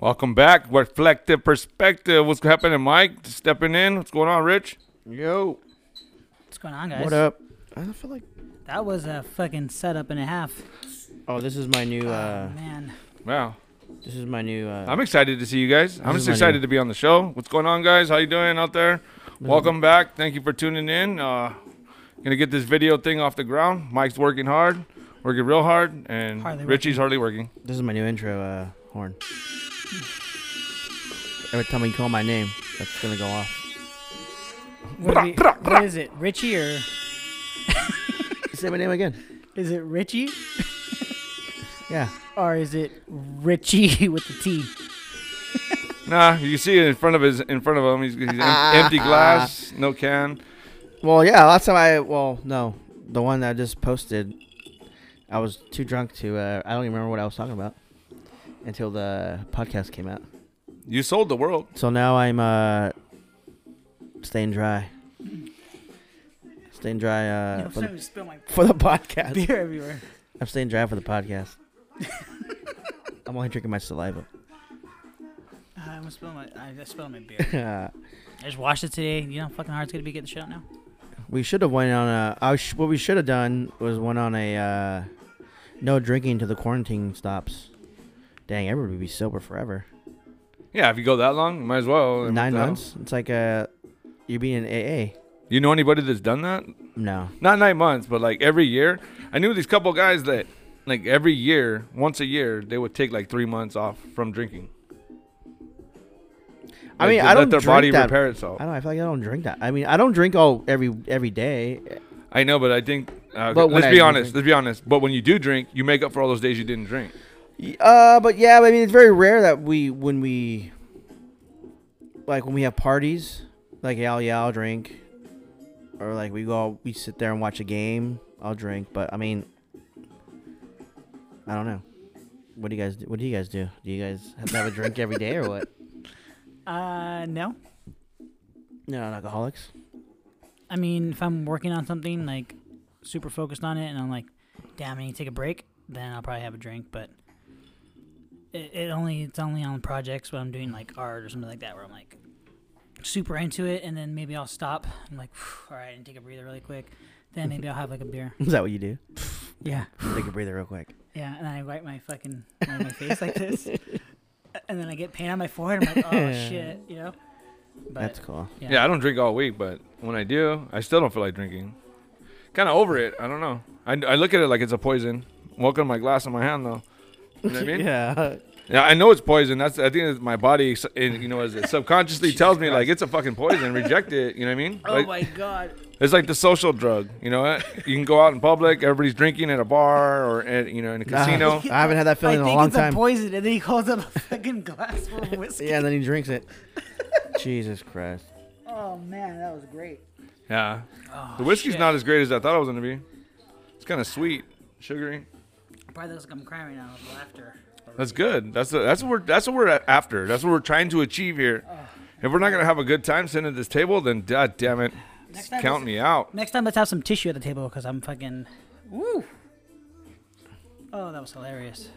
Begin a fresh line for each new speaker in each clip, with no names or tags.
Welcome back, Reflective Perspective. What's happening, Mike? Stepping in. What's going on, Rich?
Yo,
What's going on, guys?
what up? I don't feel like.
That was a fucking setup and a half. Oh,
Oh, this is my new. uh
Man,
Wow,
This is my new. uh
I'm excited to see you guys. I'm
This is
just
my
excited
name.
to be on the show. What's going on, guys? How you doing out there? Welcome back. Thank you for tuning in. Uh, gonna get this video thing off the ground. Mike's working hard, working real hard, and
Hardly
Richie's hardly working.
This is my new intro uh horn. Every time you call my name, that's gonna go off.
what, do we- what is it, Richie or
Say my name again.
is it Richie
Yeah.
or is it Richie with the
Uh,
T?
Nah, you see it in front of his in front of him. He's, he's em- empty glass, no can.
Well, yeah. Last time I. Well, no, the one that I just posted, I was too drunk to. uh I don't even remember what I was talking about until the podcast came out.
You sold the world.
So now I'm uh staying dry. Staying dry
You
uh
know,
for, the,
sometimes spill my
for the podcast.
beer everywhere.
I'm staying dry for the podcast. I'm only drinking my saliva.
Uh, I'm gonna spill my I I spilled my beer.
Uh,
I just washed it today. You know, how fucking hard it's gonna be getting the shit out now.
we should have went on a. I sh- what we should have done was went on a uh, no drinking to the quarantine stops. Dang, everybody would be sober forever.
Yeah, if you go that long, you might as well. What
Nine
the hell?
months. It's like uh, you're being in AA.
You know anybody that's done that?
No.
Not nine months, but like every year. I knew these couple guys that, like every year, once a year, they would take like three months off from drinking.
I
Like,
mean,
to
I don't
let their
drink
body
that.
repair itself.
I don't. I feel like I don't drink that. I mean, I don't drink all every every day.
I know, but I think. Uh,
But when
let's
I
be
do
honest.
drink.
Let's be honest. But when you do drink, you make up for all those days you didn't drink.
Y- Uh, but yeah, I mean, it's very rare that we when we like when we have parties, like yeah, yeah, I'll drink, or like we go, we sit there and watch a game. I'll drink, but I mean, I don't know. What do you guys? Do? What do you guys do? Do you guys have, to have a drink every day or what?
Uh, no.
No, alcoholics.
I mean, if I'm working on something like super focused on it, and I'm like, damn, I need to take a break, then I'll probably have a drink. But it, it only it's only on projects when I'm doing like art or something like that, where I'm like super into it, and then maybe I'll stop. I'm like, all right, and take a breather really quick. Then maybe I'll have like a beer.
Is that what you do?
Yeah,
Take a breather real quick.
yeah, and I wipe my fucking my, my face like this, and then I get pain on my forehead. I'm like, oh shit, you know. But
That's cool.
yeah,
Yeah. I don't drink all week, but when I do, I still don't feel like drinking. Kind of over it. I don't know. I, I look at it like it's a poison. Welcome to my glass in my hand, though. You know what I mean?
Yeah.
Yeah, I know it's poison. That's I think it's my body, s- in- you know, as it subconsciously tells me like it's a fucking poison. Reject it. You know what I mean?
Oh
Like,
my god.
It's like the social drug. You know, eh? you can go out in public, everybody's drinking at a bar or at, you know in a casino.
I haven't had that feeling
I
in
think
a long
it's
time.
a poison, and then he holds up a fucking glass full of whiskey.
yeah, and then he drinks it. Jesus Christ.
Oh man, that was great.
yeah, the whiskey's
Oh, shit.
not as great as I thought it was gonna be. It's kind of sweet, sugary.
Probably looks like I'm crying right now with laughter.
That's good. That's the, that's what we're that's what we're a- after. That's what we're trying to achieve here. If we're not gonna have a good time sitting at this table, then god damn it,
Next time
count
let's-
me out.
Next time, let's have some tissue at the table because I'm fucking. Woo. Oh, that was hilarious.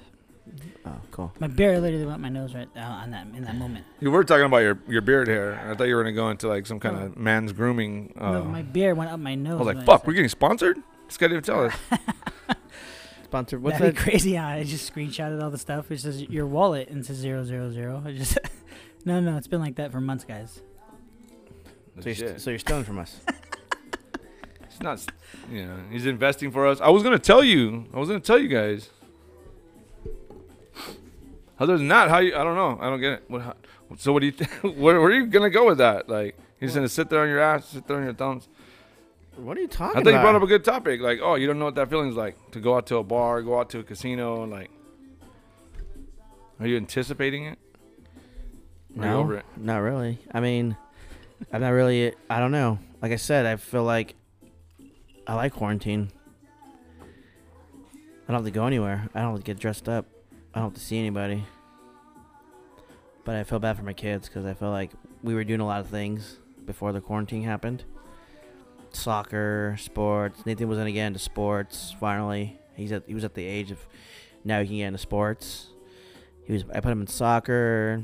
Oh, cool.
My beer literally went my nose right uh, on that in that moment.
You were talking about your your beard hair. I thought you were gonna go into like some kind of man's grooming.
Oh.
Uh,
No, my beer went up my nose.
I was
when
like, fuck,
said-
we're getting sponsored. This guy didn't tell us.
Sponsored. What's
That'd
that?
be crazy. Yeah, I just screenshotted all the stuff. It says your wallet and it says zero zero zero. I just. no, no, it's been like that for months, guys.
So you're, st- so you're stealing from us.
It's not, you know, he's investing for us. I was gonna tell you. I was gonna tell you guys. Other than that, how you? I don't know. I don't get it. What? How, so what do you? Th- where, where are you gonna go with that? Like you're just gonna sit there on your ass, sit there on your thumbs.
What are you talking
I think you brought up a good topic. Like, oh, you don't know what that feeling's like to go out to a bar, go out to a casino, and like. Are you anticipating it? Are you
no,
over it?
not really. I mean, I'm not really. I don't know. Like I said, I feel like I like quarantine. I don't have to go anywhere. I don't have to get dressed up. I don't have to see anybody. But I feel bad for my kids because I feel like we were doing a lot of things before the quarantine happened. Soccer, sports. Nathan was in again into sports. Finally, he's at he was at the age of now he can get into sports. He was. I put him in soccer,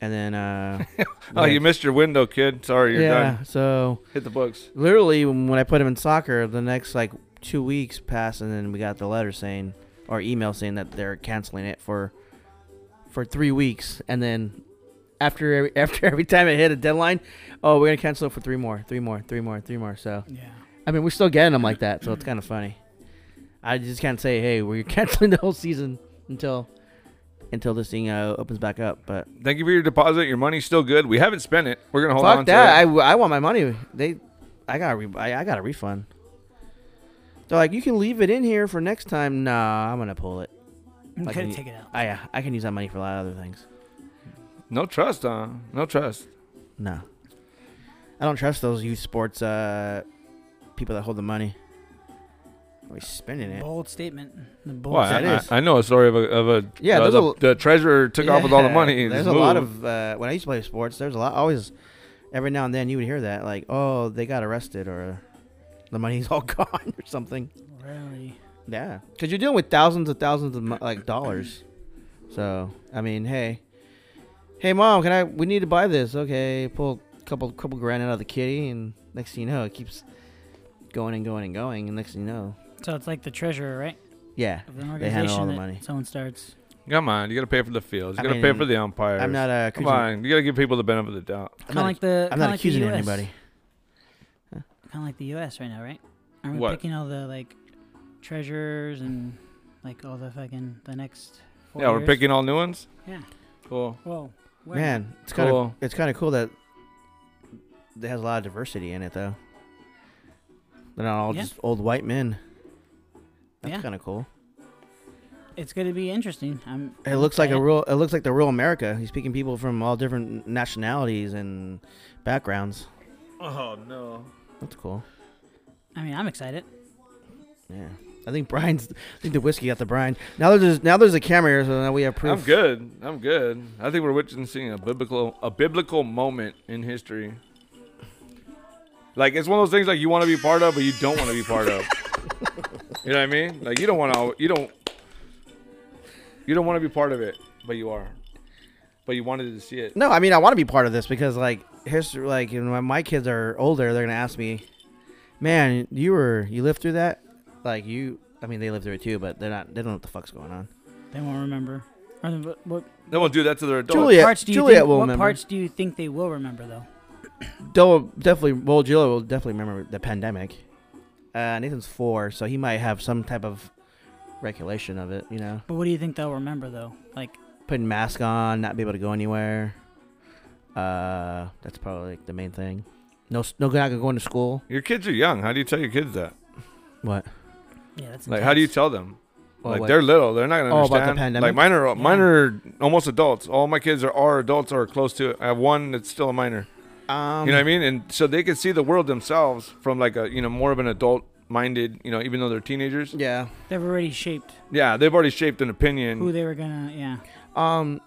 and then. Uh,
Oh, you
like-
missed your window, kid. Sorry, you're
yeah.
done.
So
Hit the books.
literally, when when I put him in soccer, the next like two weeks passed, and then we got the letter saying or email saying that they're canceling it for for three weeks, and then after every, after every time it hit a deadline, oh, we're gonna cancel it for three more, three more, three more, three more. So
Yeah.
I mean, we're still getting them like that, so it's kind of funny. I just can't say, hey, we're canceling the whole season until until this thing uh, opens back up. But
Thank you for your deposit. Your money's still good. We haven't spent it. We're gonna hold on
fuck
to
that! I,
it.
I want my money. They, I got re- I, I got a refund. They're like, you can leave it in here for next time. Nah, I'm gonna pull it.
You
Like
could
an-
take it out.
I uh, I can use that money for a lot of other things.
no trust, huh? No trust.
No, I don't trust those youth sports uh people that hold the money. We're spending it.
Bold statement. The bold
Well,
Oh, that
I,
statement.
is.
I, I know a story of a of a
Yeah,
uh,
there's
the,
a-
the treasurer took off with all the
Yeah,
money. and
There's a
just
lot
moved.
of uh, when I used to play sports. There's a lot always every now and then you would hear that like, oh, they got arrested or the money's all gone or something.
Really.
Yeah, because you're dealing with thousands and thousands of mo- like dollars. So I mean, hey, hey, mom, can I? We need to buy this. Okay, pull a couple couple grand out of the kitty, and next thing you know, it keeps going and going and going, and next thing you know,
So it's like the treasurer, right?
yeah.
Of an
They handle
organization
all the
that
money.
someone starts.
Come on, you gotta pay for the fields. You
I
gotta pay
mean,
for the umpires.
I'm not a.
Come on, you gotta give people the benefit of the doubt.
I'm
Kind of
not,
like the.
I'm not
kinda like the
accusing
US.
anybody.
Kind of like the U.S. right now, right? Aren't we
What?
picking all the like treasurers and like all the fucking the next? Four
yeah, we're
years?
picking all new ones.
Yeah.
Cool.
Whoa. where?
Man, it's kind of
Cool.
it's kind of cool that it has a lot of diversity in it, though. They're not all
Yeah.
just old white men. That's
Yeah.
kind of cool.
It's gonna be interesting. I'm.
It
I'm
looks like a
excited.
real. It looks like the real America. He's speaking people from all different nationalities and backgrounds.
Oh no.
That's cool.
I mean, I'm excited.
Yeah, I think Brian's. I think the whiskey got the Brian. Now there's now there's a camera here, so now we have proof.
I'm good. I'm good. I think we're witnessing a biblical a biblical moment in history. Like it's one of those things like you want to be part of, but you don't want to be part of. you know what I mean? Like you don't want to. You don't. You don't want to be part of it, but you are. But you wanted to see it.
No, I mean I want to be part of this because like history, like you know, when my kids are older, they're gonna ask me, "Man, you were you lived through that? Like you? I mean they lived through it too, but they're not. They don't know what the fuck's going on."
They won't remember. Or the, what, what
They won't do that to their adults.
Julia- Yeah,
parts do you
Juliet
think,
will
What
remember.
parts do you think they will remember though?
They'll definitely. Well, Jill will definitely remember the pandemic. Uh, Nathan's four, so he might have some type of regulation of it. You know,
But what do you think they'll remember though? Like
putting mask on, not be able to go anywhere. Uh, that's probably like the main thing. No, s- no, not going to school.
Your kids are young. How do you tell your kids that?
What?
yeah, that's
Like, how do you
intense.
tell them?
Well,
like
what-
they're little, they're not gonna
Oh, about the
understand.
pandemic?
Like mine are
Yeah.
mine are almost adults. All my kids are, are adults or close to it. I have one that's still a minor.
um,
you know what I mean? And so they can see the world themselves from like a you know more of an adult minded. You know, even though they're teenagers,
Yeah.
They've already shaped
yeah, they've already shaped an opinion.
who they were gonna. Yeah.
Um,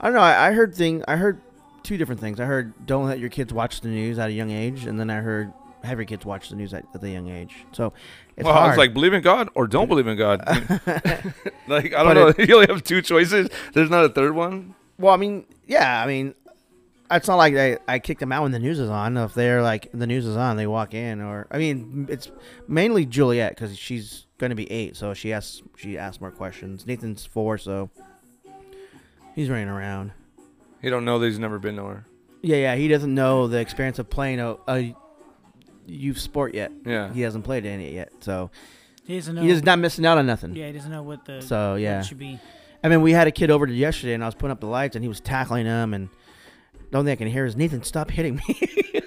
I don't know. I, I heard thing. I heard two different things. I heard don't let your kids watch the news at a young age, and then I heard have your kids watch the news at, at a young age. So it's
well,
hard.
I was like, believe in God or don't believe in God. like I
But
don't know. you only have two choices. There's not a third one.
well, I mean, yeah, I mean, it's not like I, I kick them out when the news is on. If they're like the news is on, they walk in, or I mean, it's mainly Juliet because she's gonna be eight, so she asks she asks more questions. Nathan's four, so he's running around.
You don't know that he's never been nowhere.
Yeah, yeah, he doesn't know the experience of playing a, a youth sport yet.
Yeah.
He hasn't played any yet, so
He doesn't know.
he is not missing out on nothing.
yeah, he doesn't know what the.
So
what
yeah,
it should be.
I mean, we had a kid over to yesterday, and I was putting up the lights, and he was tackling him, and the only thing I can hear is Nathan, stop hitting me.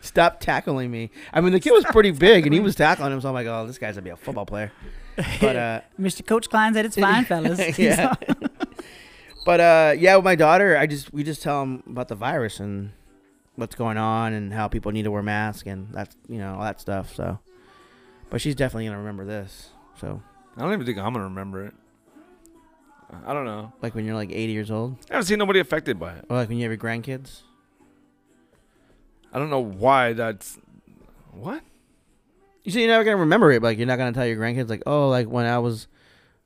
Stop tackling me. I mean, the kid was pretty big, and he was tackling him. So I'm like, "Oh, this guy's gonna be a football player." But uh,
Mr. Coach Klein said it's fine, fellas.
yeah. but uh, yeah, with my daughter, I just we just tell them about the virus and what's going on and how people need to wear masks and that's you know all that stuff. So, but she's definitely gonna remember this. So,
I don't even think I'm gonna remember it. I don't know.
like when you're like 80 years old,
I haven't seen nobody affected by it.
or like when you have your grandkids.
I don't know why that's what.
You see, you're never gonna remember it. But like you're not gonna tell your grandkids like, oh, like when I was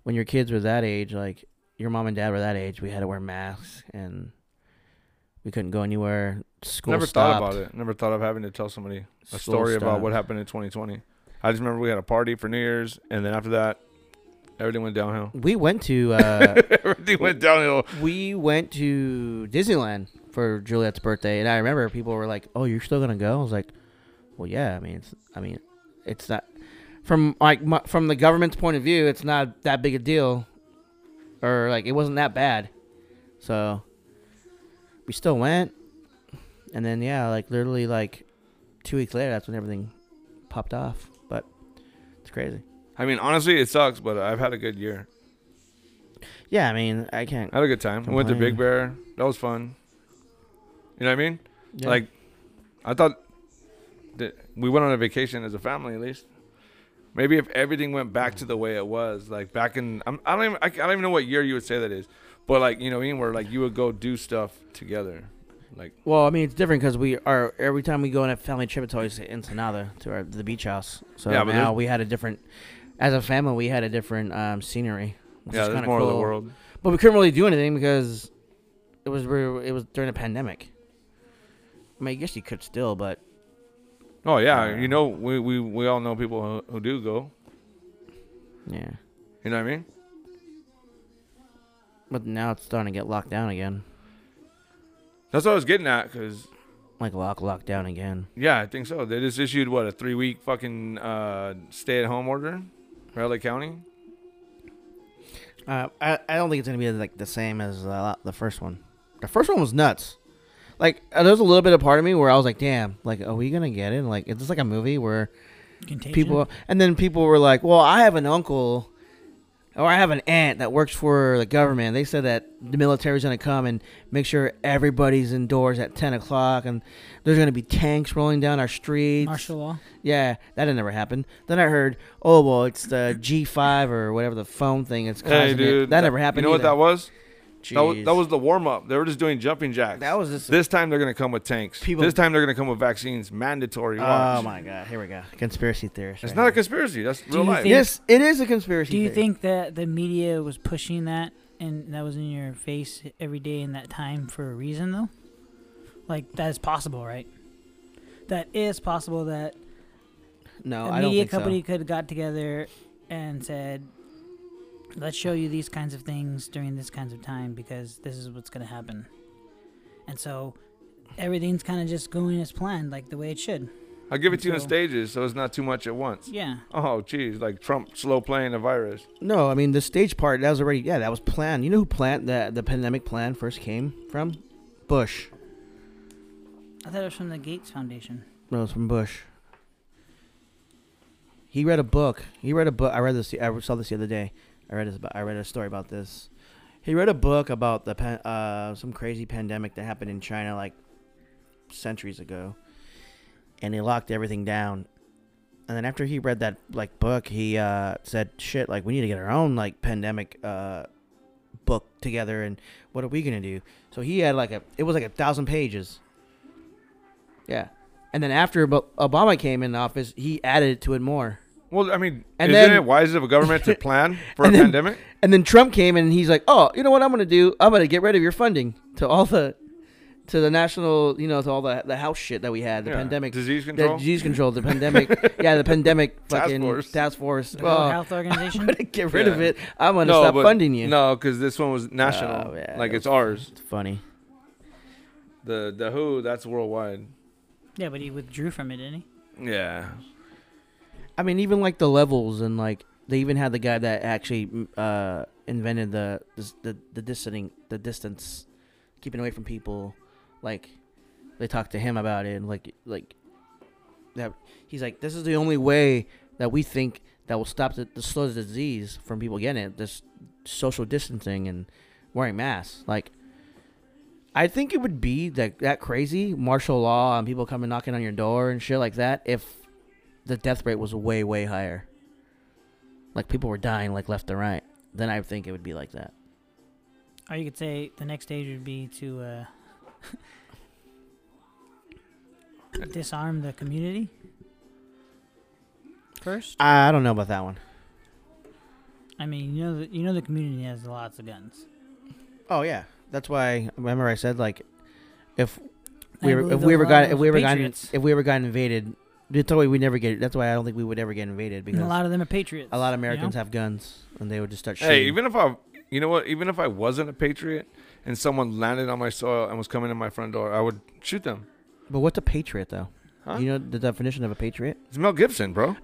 when your kids were that age, like your mom and dad were that age, we had to wear masks and we couldn't go anywhere. School
Never
stopped.
thought about it. Never thought of having to tell somebody a
School
story about
stopped.
what happened in 2020. I just remember we had a party for New Year's, and then after that, everything went downhill.
We went to uh,
everything went downhill.
we went to Disneyland for Juliet's birthday, and I remember people were like, "Oh, you're still gonna go?" I was like, "Well, yeah. I mean, it's I mean, it's not from like my, from the government's point of view, it's not that big a deal, or like it wasn't that bad." So we still went, and then yeah, like literally like two weeks later, that's when everything popped off. But it's crazy.
I mean, honestly, it sucks, but I've had a good year.
Yeah, I mean, I can't.
I had a good time. I went to
Complain.
Big Bear. That was fun. You know what I mean?
yeah.
Like, I thought that we went on a vacation as a family, at least. Maybe if everything went back to the way it was, like back in, I'm, I don't even, I, I don't even know what year you would say that is, but like you know, what I mean, where like you would go do stuff together, like
Well, I mean, it's different because we are every time we go on a family trip, it's always to Ensenada to our, the beach house. So
Yeah, but
now
there's-
we had a different, as a family, we had a different um, scenery. Which
yeah,
is
there's
kinda
more of the
cool.
world.
But we couldn't really do anything because it was we were- it was during a pandemic. I mean, I guess you could still, but
Oh yeah,
Yeah.
you know, we, we we all know people who, who do go.
yeah.
You know what I mean?
But now it's starting to get locked down again,
That's what I was getting at, cause
like lock locked down again.
yeah, I think so. They just issued what a three week fucking uh, stay at home order for LA County.
Uh, I, I don't think it's gonna be like the same as uh, the first one. The first one was nuts. Like uh, there was a little bit of part of me where I was like, "Damn, like are we gonna get it? Like is this like a movie where
Contagion.
people?" And then people were like, "Well, I have an uncle, or I have an aunt that works for the government. They said that the military's gonna come and make sure everybody's indoors at ten o'clock, and there's gonna be tanks rolling down our streets."
martial law.
Yeah, that had never happened. Then I heard, "Oh well, it's the G5 or whatever the phone thing. It's causing
Hey,
it."
dude,
That never
You
happened.
know what
either.
that was? That was,
Jeez.
that was the warm up. They were just doing jumping jacks.
That was just.
this time they're gonna come with tanks.
People-
this time they're gonna come with vaccines, mandatory. Watch.
oh my god! Here we go. Conspiracy theorist.
It's
right
not a
here.
conspiracy. That's real
you
life.
think-
yes, it is a conspiracy.
Do you
theory.
think that the media was pushing that and that was in your face every day in that time for a reason though? Like that is possible, right? That is possible that
No,
a
I don't
media
think
company
company,
could have got together and said, "Let's show you these kinds of things during this kinds of time because this is what's going to happen." And so everything's kind of just going as planned, like the way it should.
I'll give it to you in
So-
stages, so it's not too much at once.
Yeah.
Oh, geez, like Trump slow playing the virus.
so. No, I mean the stage part. That was already. Yeah, that was planned. You know who planned that? The pandemic plan first came from Bush.
I thought it was from the Gates Foundation.
No, it's from Bush. He read a book. He read a book. I read this. I saw this the other day. I read this. I read a story about this. He read a book about the pan, uh, some crazy pandemic that happened in China like centuries ago, and he locked everything down. And then after he read that like book, he uh, said, "Shit, like we need to get our own like pandemic uh, book together, and what are we gonna do?" So he had like a. It was like a thousand pages. Yeah. And then after Ob- Obama came in office, he added to it more.
Well, I mean,
And
isn't
then-
it wise of a government to plan for a
And then-
pandemic?
And then Trump came in and he's like, "Oh, you know what I'm going to do? I'm going to get rid of your funding to all the to the national, you know, to all the the house shit that we had, the
Yeah.
pandemic,
disease
the
control.
disease control, the pandemic, yeah, the pandemic
Task
fucking
force.
task force.
The World
Oh,
Health Organization.
I'm going to get rid of
Yeah.
it. I'm going to stop
but-
funding you."
No, because this one was national.
Oh, yeah,
like
that
it's ours.
It's funny.
The the WHO that's worldwide.
yeah, but he withdrew from it, didn't he?
Yeah.
I mean, even like the levels and like they even had the guy that actually mm, uh, invented the this- the the distancing the distance, keeping away from people. Like they talked to him about it, and like like that he's like, this is the only way that we think that will stop the, the slow the disease from people getting it. This social distancing and wearing masks, like. I think it would be that that crazy martial law and people coming knocking on your door and shit like that if the death rate was way way higher. Like people were dying like left and right. Then I think it would be like that.
Or you could say the next stage would be to uh, disarm the community first.
I don't know about that one.
I mean, you know, the, you know, the community has lots of guns.
Oh yeah, that's why. Remember, I said like, if
I
we ever,
believe
if
those
we ever
are
got
the
if we ever got
Patriots.
if we ever got invaded, that's why we never get. That's why I don't think we would ever get invaded
And
because
a lot of them are patriots.
of
you know?
Americans have guns and they would just start shooting.
Hey, even if I, you know what? Even if I wasn't a patriot and someone landed on my soil and was coming in my front door, I would shoot them.
but what's a patriot though?
Huh?
You know the definition of a patriot?
It's Mel Gibson, bro.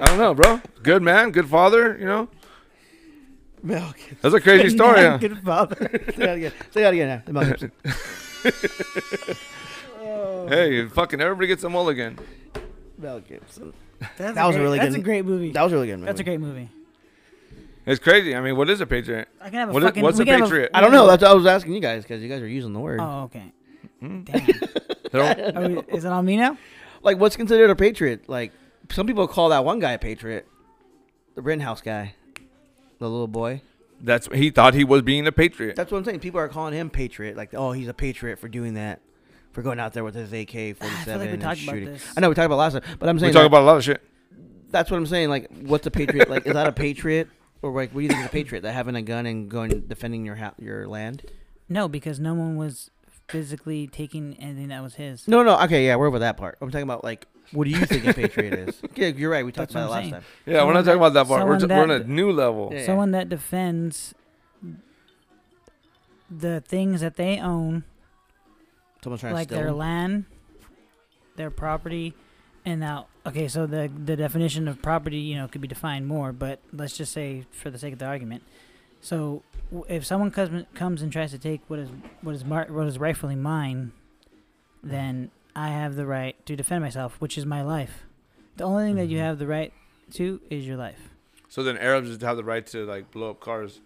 I don't know, bro. Good man, good father. You know,
Mel
that's a crazy story. huh?
Good father. Say that again. Say that again. Now. Mel Gibson.
Hey, fucking everybody gets a mulligan.
Mel Gibson.
That's
That was a
great-
really
That's
good-
a great movie.
That was a really good. Movie.
That's a great movie.
It's crazy. I mean, what is a patriot?
I can have a
What is-
fucking.
what's
we
a
can have
patriot?
I don't know. That's what I was asking you guys because you guys are using the word.
Oh, okay.
Hmm?
Damn.
They're-
Are we, is it on me now?
Like, what's considered a patriot? Like, some people call that one guy a patriot, the Rittenhouse guy, the little boy.
That's he thought he was being a patriot.
That's what I'm saying. People are calling him patriot. Like, oh, he's a patriot for doing that, for going out there with his AK-47
Ah, I feel like we
and
talked about
shooting.
this.
I know we talked about it last time, but I'm
We
saying
talk
that-
about a lot of shit.
that's what I'm saying. Like, what's a patriot? like, is that a patriot? Or like, what do you think is a patriot? That having a gun and going and defending your ha- your land?
No, because no one was physically taking anything that was his.
No, no. Okay, yeah, we're over that part. I'm talking about like, what do you think a patriot is? Yeah, you're right. We talked
That's
about it
what
last
I'm
time.
Yeah, we're not
Someone
talking about that part. We're,
someone
ju- we're on
that-
a new level.
Yeah.
Someone that defends the things that they own,
Someone's trying
like
to steal.
their
them.
land, their property, and now okay, so the the definition of property, you know, could be defined more, but let's just say for the sake of the argument. So w- if someone comes comes and tries to take what is what is mar- what is rightfully mine, then I have the right to defend myself, which is my life. The only thing that you
Mhm.
have the right to is your life,
So then Arabs just have the right to like blow up cars.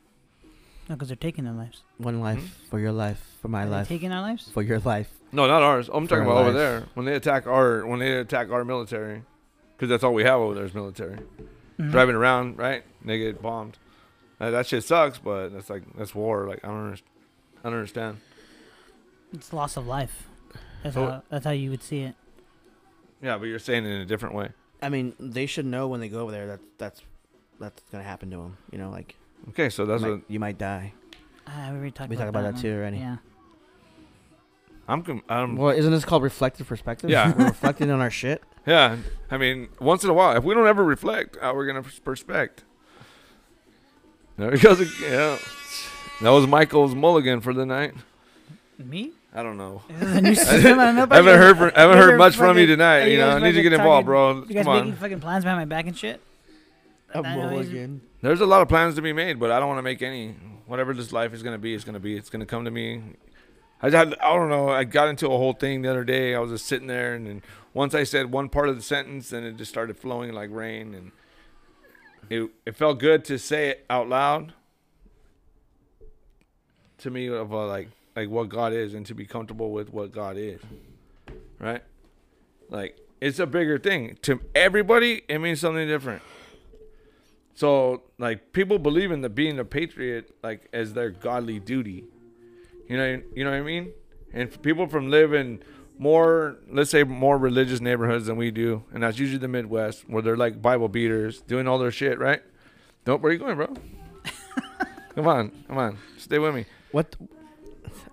no, because they're taking their lives.
One life
Hmm?
for your life, for my
Are they
life,
taking our lives.
for your life.
No, not ours. I'm
For
talking about over
life.
there when they attack our when they attack our military, because that's all we have over there is military.
Mhm.
Driving around, right? And they get bombed. Uh, that shit sucks, but that's like that's war. Like I don't understand. I don't understand.
It's loss of life. That's
Oh.
So-
how that's how you would see it.
Yeah, but you're saying it in a different way.
I mean, they should know when they go over there that that's that's gonna happen to them. You know, like
Okay, so that's
you,
what
might, you might die.
Ah, we already talked
We
about
talked about that,
one.
too already.
Yeah.
I'm. com- I'm
well, isn't this called reflective perspective?
Yeah.
we're reflecting on our shit.
yeah, I mean, once in a while, if we don't ever reflect, how we're gonna perspect? There he goes again. That was Michael's mulligan for the night.
Me?
I don't know.
Is this a new system? I don't know
I
about
haven't
you.
heard from, I haven't
you
heard
guys
much
fucking-
from you tonight.
are you
You know, I
guys
need to
fucking
get involved, bro.
You guys
Come
making
on.
fucking plans behind my back and shit? I know he's-
There's a lot of plans to be made, but I don't want to make any. Whatever this life is gonna be, it's gonna be. It's gonna come to me. I just had, I don't know. I got into a whole thing the other day. I was just sitting there, and then once I said one part of the sentence, then it just started flowing like rain, and it it felt good to say it out loud. To me, of uh, like like what God is, and to be comfortable with what God is, right? Like it's a bigger thing to everybody. It means something different. So like people believe in the being a patriot like as their godly duty. You know you know what I mean? And f- people from living more let's say more religious neighborhoods than we do, and that's usually the Midwest where they're like Bible beaters doing all their shit, right? Don't where you going, bro? come on, come on, stay with me
What?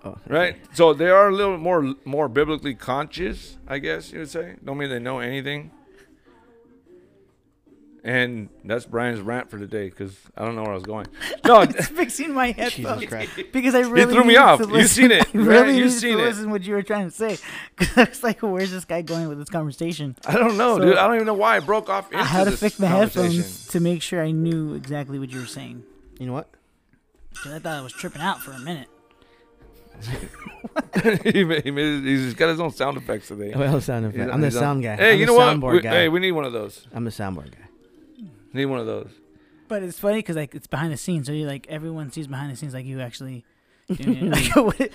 Oh, okay.
right? So they are a little more more biblically conscious, I guess you would say. Don't mean they know anything. And that's Brian's rant for today because I don't know where I was going. No,
It's fixing my headphones
Jesus Christ.
because I really
threw me
needed
off.
to
You've
listen-
seen it,
I
right?
really
You've
needed to
seen it.
Listen, what you were trying to say, because I was like, "Where's this guy going with this conversation?"
I don't know,
So-
dude. I don't even know why I broke off. Into
I had to
this
fix my
conversation.
headphones to make sure I knew exactly what you were saying.
You know what?
Because I thought I was tripping out for a minute.
he made, he made, he's got his own sound effects today.
Well, sound
He's-
effect. I'm the
he's on-
sound guy.
Hey,
I'm
you
the
know what?
soundboard
We-
guy.
Hey, we need one of those.
I'm the soundboard guy.
Need one of those.
But it's funny because like it's behind the scenes, so you like everyone sees behind the scenes, like you actually. Doing it. Like, what-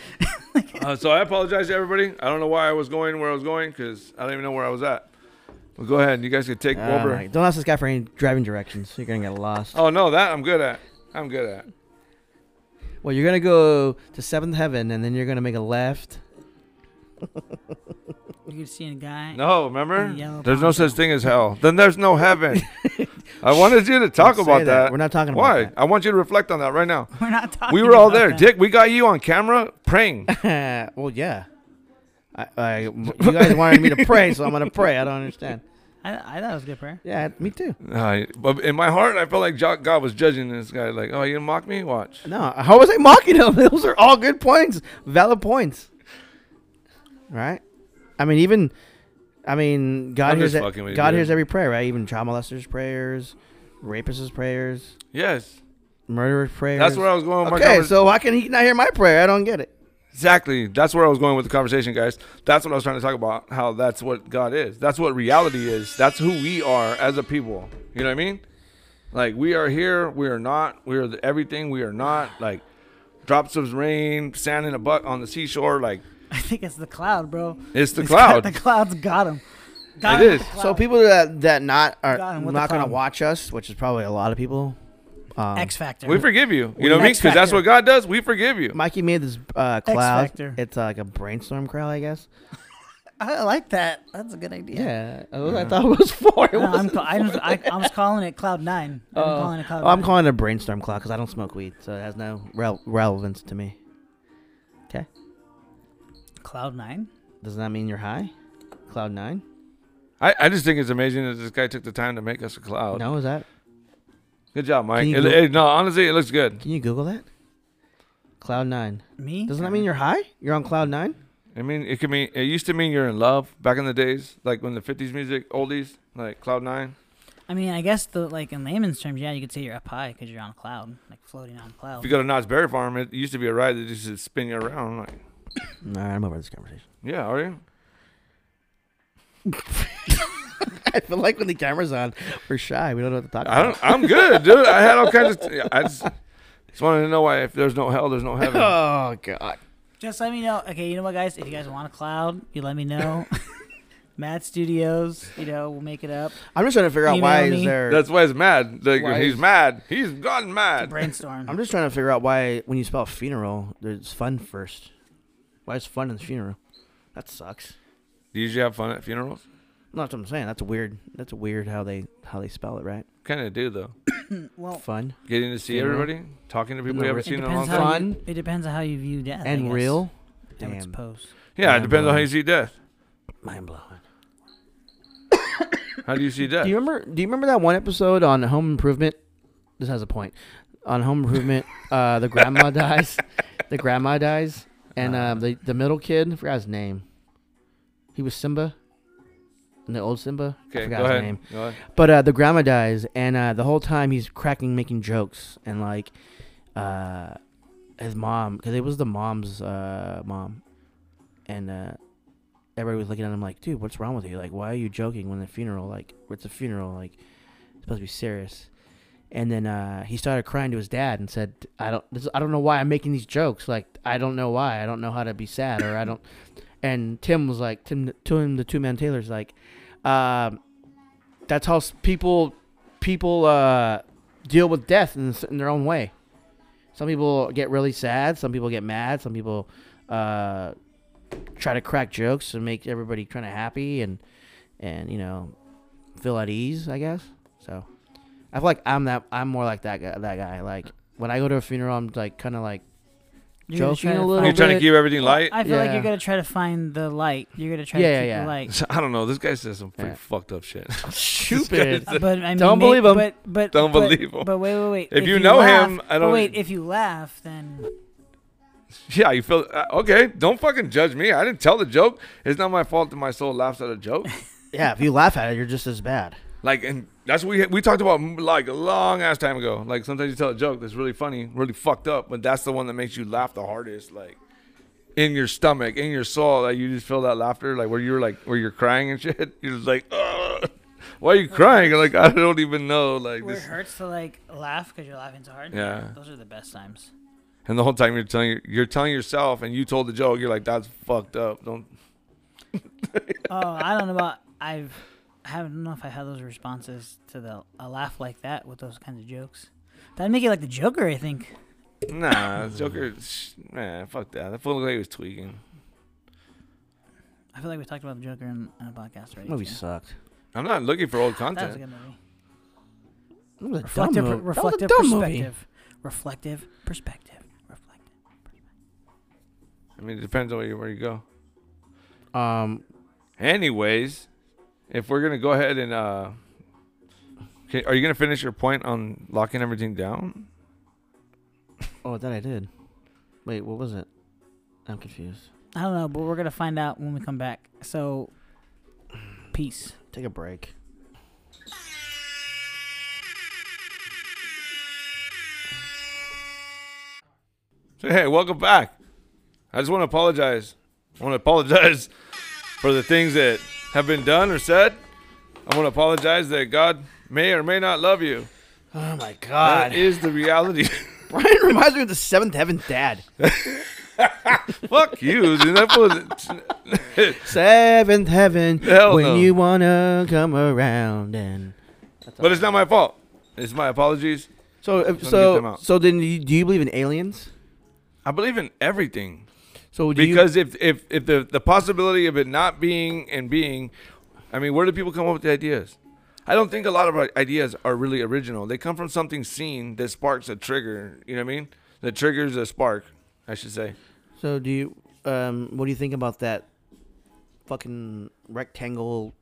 Uh, so I apologize to everybody. I don't know why I was going where I was going because I don't even know where I was at. But go ahead. You guys can take
Oh,
over.
my- don't ask this guy for any driving directions. You're gonna get lost.
Oh no, that I'm good at. I'm good at.
Well, you're gonna go to seventh heaven, and then you're gonna make a left.
You could see a guy.
No, remember?
Yellow
There's no
bombs
such
out.
thing as hell. Then there's no heaven. I wanted you to talk
Don't say
about that.
We're not talking
Why?
about
I want you to reflect on that right now.
We're not talking.
We were all
about
there,
that.
Dick. We got you on camera praying.
that. well, yeah. I, I, you guys wanted me to pray, so I'm gonna pray. I don't understand.
I, I thought it was a good prayer.
Yeah, me too.
Uh, but in my heart, I felt like Jo- God was judging this guy. Like, oh, you gonna mock me? Watch.
No, how was I mocking him? Those are all good points, valid points. Right? I mean, even, I mean, God
I'm
hears
just
e-
fucking with you,
God
dude.
hears every prayer, right? Even child molesters' prayers, rapists' prayers,
Yes,
murderers' prayers.
that's where I was going. With my
Okay,
conver-
so why can he not hear my prayer? I don't get it.
exactly. That's where I was going with the conversation, guys. That's what I was trying to talk about. How that's what God is. That's what reality is. That's who we are as a people. You know what I mean? Like we are here. We are not. We are the, everything. We are not. Like drops of rain, sand in a buck on the seashore. Like
I think it's the cloud, bro.
it's the
He's got-
cloud.
the cloud's got him. Got
It
him with
is.
the
So
cloud.
people that that not are
God, and what the
not gonna
clown.
watch us, which is probably a lot of people. Um,
X Factor.
we forgive you. You know what I mean?
X
Because that's
Factor.
what God does. We forgive you.
Mikey made this uh, cloud.
Factor.
It's uh, like a brainstorm cloud, I guess.
I like that. That's a good idea.
Yeah, that's what I thought it was for. It
No, I'm,
wasn't
ca- I, was, I, I was calling it Cloud Nine. I was
Oh.
calling it Cloud
Oh, I'm
Nine.
calling it a brainstorm cloud because I don't smoke weed, so it has no rel- relevance to me. Okay,
Cloud Nine.
does that mean you're high? Cloud nine?
I, I just think it's amazing that this guy took the time to make us a cloud.
No, is that?
Good job, Mike.
Can you
It-
go-
hey, no, honestly, it looks good.
Can you Google that? Cloud nine.
Me?
Doesn't that mean you're high? You're on cloud nine?
I mean, it could mean it used to mean you're in love back in the days, like when the '50s music, oldies, like Cloud Nine.
I mean, I guess the like in layman's terms, yeah, you could say you're up high because you're on a cloud, like floating on a
If
cloud.
you go to Knott's Berry Farm, it used to be a ride that used to spin you around. Like,
All right, I'm over this conversation.
yeah, are you?
I feel like when the camera's on, we're shy. We don't know what to talk
I
about.
don't. I'm good, dude. I had all kinds of. I just, just wanted to know why if there's no hell, there's no heaven.
Oh God!
Just let me know. Okay, you know what, guys? If you guys want a cloud, you let me know. Mad Studios, you know, we'll make it up.
I'm just trying to figure out why
Email
is
me.
there.
That's why he's mad. Like
Why
he's
is-
mad. He's gone mad.
Brainstorm.
I'm just trying to figure out why when you spell funeral, there's fun first. Why is fun in the funeral? That sucks.
Do you usually have fun at funerals?
No, that's what I'm saying. That's weird. That's weird how they how they spell it, right?
Kind of do though.
well,
Fun
Getting to see
Funeral?
everybody, talking to people
No,
you haven't
it
seen in a long
depends
time.
how
time.
you, it depends on how you view death I
and
guess,
real.
How it's
Damn,
posed.
Yeah, it
Mind
depends on how
blowing.
you see death.
mind blowing.
How do you see death?
Do you remember? Do you remember that one episode on Home Improvement? This has a point. On Home Improvement, uh, the grandma dies. The grandma dies, and
Uh-huh.
uh, the the middle kid I forgot his name. He was Simba. And the old Simba. I
okay,
forgot
go
his
ahead.
name.
Go ahead.
But uh, the grandma dies, and uh, the whole time he's cracking, making jokes, and like, uh, his mom, because it was the mom's uh, mom, and uh, everybody was looking at him like, "Dude, what's wrong with you? Like, why are you joking when the funeral? Like, it's a funeral. Like, it's supposed to be serious." And then uh, he started crying to his dad and said, "I don't, this, I don't know why I'm making these jokes. Like, I don't know why. I don't know how to be sad, or I don't." And Tim was like, Tim, Tim, the two man Taylor's like, um, that's how s- people people uh, deal with death in, s- in their own way. Some people get really sad. Some people get mad. Some people uh, try to crack jokes and make everybody kind of happy and and you know feel at ease. I guess so. I feel like I'm that. I'm more like that guy. That guy. Like when I go to a funeral, I'm like kind of like
You're gonna
Joking
try to
a little
You're
find-
trying to keep everything light.
I feel like
Yeah.
you're gonna try to find the light. You're gonna try
Yeah,
to keep
yeah.
the light.
I don't know. This guy says some pretty
Yeah.
fucked up shit.
stupid.
Uh, But I mean,
Don't
may-
believe 'em.
But, but
Don't
but-
believe 'em.
But wait, wait, wait.
If you know
laugh-
him, I
but
don't- e-
Wait, if you laugh, then
yeah, you feel uh, okay. Don't fucking judge me. I didn't tell the joke. It's not my fault that my soul laughs at a joke.
yeah, if you laugh at it, you're just as bad.
Like, and that's what we we talked about mm, like a long ass time ago. Like sometimes you tell a joke that's really funny, really fucked up, but that's the one that makes you laugh the hardest. Like in your stomach, in your soul, like you just feel that laughter. Like where you're like where you're crying and shit. You're just like, Ugh. why are you crying? You're like I don't even know. Like
where it
this.
hurts to like laugh because you're laughing so hard.
Yeah.
Those are the best times.
And the whole time you're telling you're telling yourself, and you told the joke, you're like, "That's fucked up." Don't.
Oh, I don't know about I've I haven't know if I had those responses to the a laugh like that with those kinds of jokes. That'd make it like the Joker, I think.
Nah, Joker. sh- Man, fuck that. That fool looked like he was tweaking.
I feel like we talked about the Joker in, in a podcast already.
That movie
too.
sucked.
I'm not looking for old
That was a
content.
good movie.
That was a dumb movie.
Reflective, reflective
that was a dumb movie.
perspective. Reflective perspective. Reflective.
I mean, it depends on where you, where you go.
Um,
Anyways, if we're gonna go ahead and uh, okay, are you gonna finish your point on locking everything down?
oh, that I did. Wait, what was it? I'm confused.
I don't know, but we're gonna find out when we come back. So, peace.
Take a break.
So, hey, welcome back. I just want to apologize. I want to apologize for the things that have been done or said. I want to apologize that God may or may not love you.
Oh my
That
god.
is the reality.
Brian reminds me of the Seventh Heaven Dad.
Fuck you. dude. That was-
Seventh Heaven.
Hell
when
no.
you wanna come around and.
but it's not my fault. It's my apologies.
So if-
get them
so
out.
so then you, do you believe in aliens?
I believe in everything.
So do you,
because if if if the the possibility of it not being and being, I mean, where do people come up with the ideas? I don't think a lot of our ideas are really original. They come from something seen that sparks a trigger. You know what I mean? That triggers a spark, I should say.
So do you um what do you think about that fucking rectangle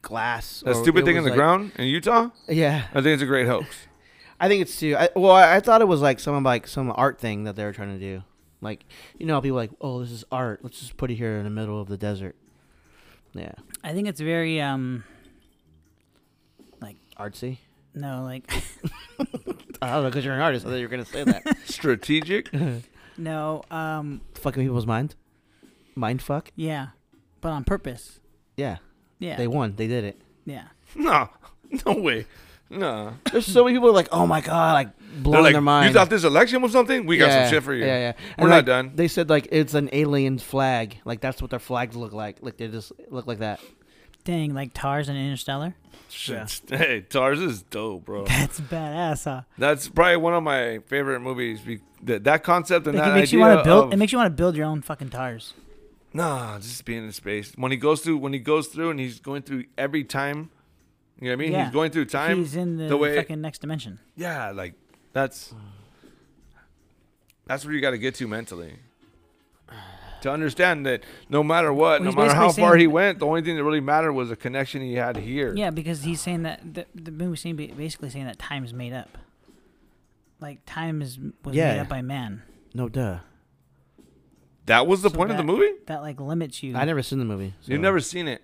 glass
That
or
stupid
it
thing in
was
the
like-
ground in Utah.
Yeah.
I think it's a great hoax.
I think it's too I, well I, I thought it was like some like some art thing that they were trying to do. Like you know how people are like, "Oh, this is art. Let's just put it here in the middle of the desert." Yeah.
I think it's very um
Artsy.
no like
I don't know cuz you're an artist. I thought you were going to say that.
Strategic.
no um
Fucking people's mind. Mind fuck.
yeah, but on purpose.
Yeah.
Yeah,
They won. They did it.
yeah.
No, no way. No.
There's so many people like, "Oh my god, like blowing
like,
their mind."
You thought this election was something? We got
yeah,
some shit for you.
Yeah, yeah.
We're
And,
not
like,
done.
They said like it's an alien flag. Like that's what their flags look like. Like they just look like that.
Dang, like Tars and Interstellar.
Shit. Hey, Tars is dope,
Oh.
bro.
That's badass, huh?
That's probably one of my favorite movies. Be- that, that concept and
Like,
that
it makes
idea
you want to build.
of-
It makes you want to build your own fucking Tars.
Nah, just being in space. When he goes through, when he goes through, and he's going through every time. You know what I mean?
Yeah.
He's going through time.
He's in the,
the way-
fucking next dimension.
yeah, like that's that's where you got to get to mentally to understand that no matter what,
Well, he's
no matter how
basically
far
saying-
he went, the only thing that really mattered was the connection he had here.
Yeah, because
Oh.
he's saying that the, the movie's saying ba- basically saying that time's made up. Like time is was made
Yeah.
up by man.
No, duh.
That was the
So
point of
that-
the movie.
That like limits you.
I never seen the movie. so-
You've never seen it.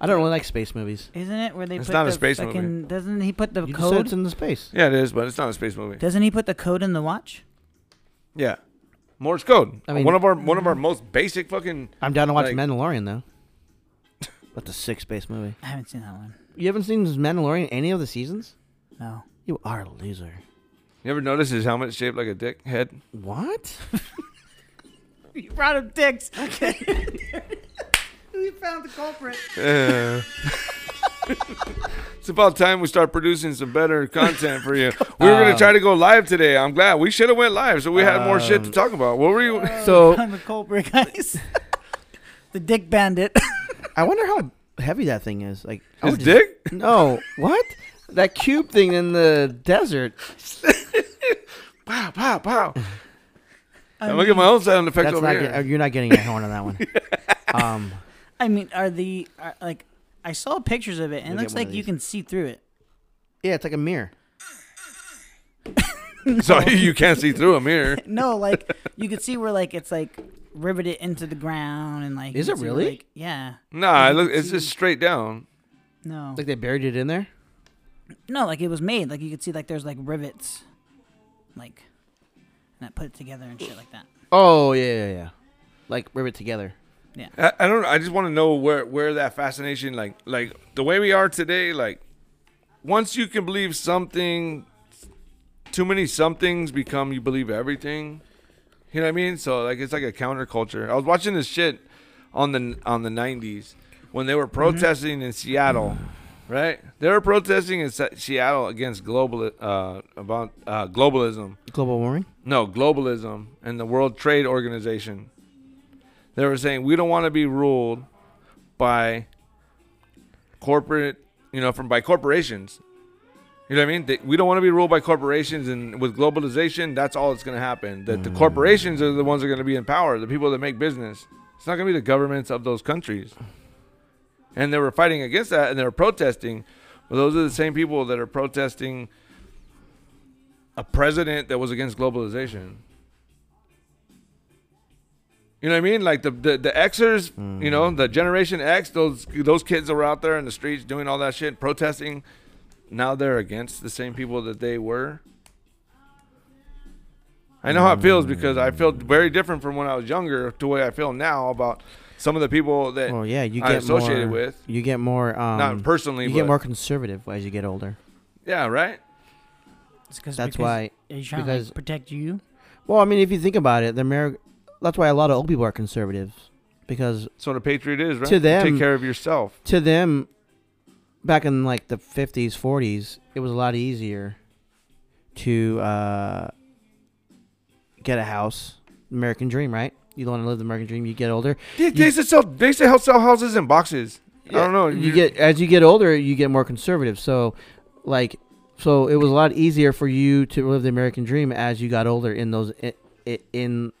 I don't really like space movies.
Isn't it where they
It's
put
not a
the
space movie.
fucking doesn't he put the
You just said
code?
it's in the space.
Yeah, it is, but it's not a space movie.
doesn't he put the code in the watch?
Yeah. Morse code.
I mean- mm-hmm.
one of our one of our most basic fucking.
I'm down to watch
Like-
Mandalorian though. That's a sick space movie.
I haven't seen that one.
You haven't seen Mandalorian any of the seasons?
No.
You are a loser.
You ever notice his helmet shaped like a dick head?
What?
You brought up dicks. Okay. we found the culprit.
Uh.
It's about time we start producing some better content for you. We were
Um.
gonna try to go live today. I'm glad we should have went live, so we had more shit to
Um.
talk about. What were you?
so
I'm the culprit, guys. the dick bandit.
I wonder how heavy that thing is. Like I
his
would just-
dick?
No. What? That cube thing in the desert.
Pow pow pow.
I
I'm
mean,
gonna get my own sound effects
That's
over
not.
here.
Get, oh, you're not getting a horn on that one. Um.
I mean, are the are, like I saw pictures of it
You'll
and it
get
looks
one of
like you
these.
can see through it.
Yeah, it's like a mirror.
so you can't see through a mirror.
No, like you could see where like it's like riveted into the ground and like
Is
you
it
can see where,
really?
like, yeah.
Nah, it look, it's just straight down.
No.
Like they buried it in there.
No, like it was made. Like you could see, like there's like rivets, like, and I put it together and shit like that.
Oh yeah, yeah, yeah. Like rub it together.
I, I don't know. I just want to know where where that fascination, like like the way we are today, like once you can believe something, too many somethings become you believe everything. You know what I mean? So like it's like a counterculture. I was watching this shit on the on the nineties when they were protesting in Seattle, right? They were protesting in Se- Seattle against global uh, about uh, globalism.
Global warming.
No, globalism and the World Trade Organization. They were saying we don't want to be ruled by corporate, you know, from by corporations. You know what I mean? They, we don't want to be ruled by corporations, and with globalization, that's all that's going to happen. That the corporations are the ones that are going to be in power, the people that make business. It's not going to be the governments of those countries. And they were fighting against that, and they were protesting. But those are the same people that are protesting a president that was against globalization. You know what I mean? Like the the, the Xers, you know,
Mm.
the Generation X, those those kids that were out there in the streets doing all that shit, protesting. Now they're against the same people that they were. I know how it feels because I feel
Mm.
very different from when I was younger to the way I feel now about some of the people that
Well, yeah, you
I
get
associated
more,
with.
You get more. Um,
not personally,
You
but
get more conservative as you get older.
yeah, right.
It's 'cause-
That's
because
why.
Are you trying
because-
to like, protect you?
Well, I mean, if you think about it, the Ameri- That's why a lot of old people are conservatives because
That's what a patriot is, right?
To
You
them-
take care of yourself.
to them, back in like the fifties, forties, it was a lot easier to uh, get a house. American dream, right? You don't want to live the American dream. You get older.
They, they used to sell. They used to help sell houses in boxes. I don't know.
You, get as you get older, you get more conservative. So, like, so it was a lot easier for you to live the American dream as you got older in those i- i- in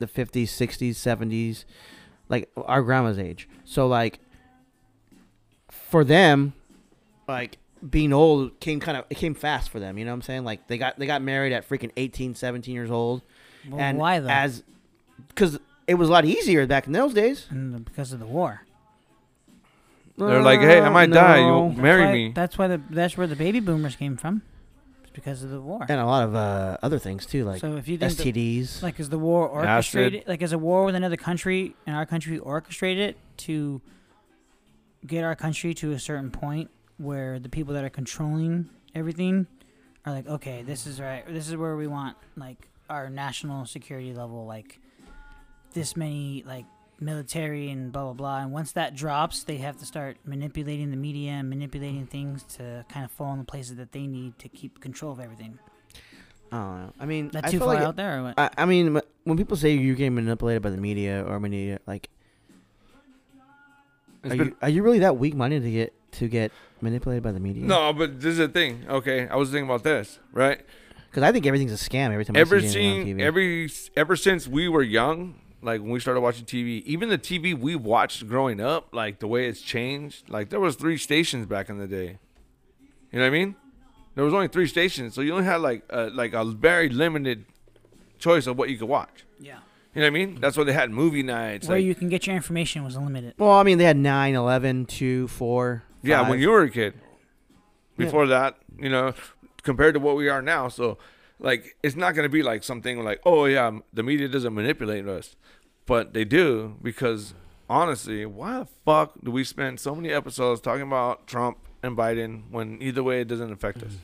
the fifties, sixties, seventies, like our grandma's age. So like, for them, like being old came kind of it came fast for them. You know what I'm saying? Like they got they got married at freaking 18, 17 years old.
Well,
and
why though?
As because it was a lot easier back in those days.
And because of the war.
They're like, "Hey, I might die. You won't
That's
marry
why-
me."
That's why the that's where the baby boomers came from. It's because of the war.
and a lot of uh, other things too, like
so if you think the-
STDs.
like is the war
Acid.
orchestrated? Like is a war with another country and our country orchestrated it to get our country to a certain point where the people that are controlling everything are like, okay, this is right. This is where we want like our national security level, like this many like military and blah blah blah. And once that drops, they have to start manipulating the media and manipulating things to kind of fall in the places that they need to keep control of everything.
I don't know. I mean,
That
I
too
feel
far
like
out there. Or what?
I, I mean, wh- when people say you're getting manipulated by the media or media, like,
It's
are
been-
you are you really that weak-minded to get to get manipulated by the media?
no, but this is the thing. Okay, I was thinking about this. Right.
because I think everything's a scam every time
ever
I see anything on
seen
TV.
every ever since we were young like when we started watching tv even the tv we watched growing up like the way it's changed like there was three stations back in the day you know what i mean there was only three stations so you only had like a, like a very limited choice of what you could watch
yeah.
you know what i mean that's why they had movie nights
where
like-
you can get your information was limited.
well, I mean, they had 9, 11, 2, 4,
yeah
five.
when you were a kid
Yeah.
before that you know compared to what we are now so like it's not going to be like something like oh yeah m- the media doesn't manipulate us but they do because honestly why the fuck do we spend so many episodes talking about trump and biden when either way it doesn't affect us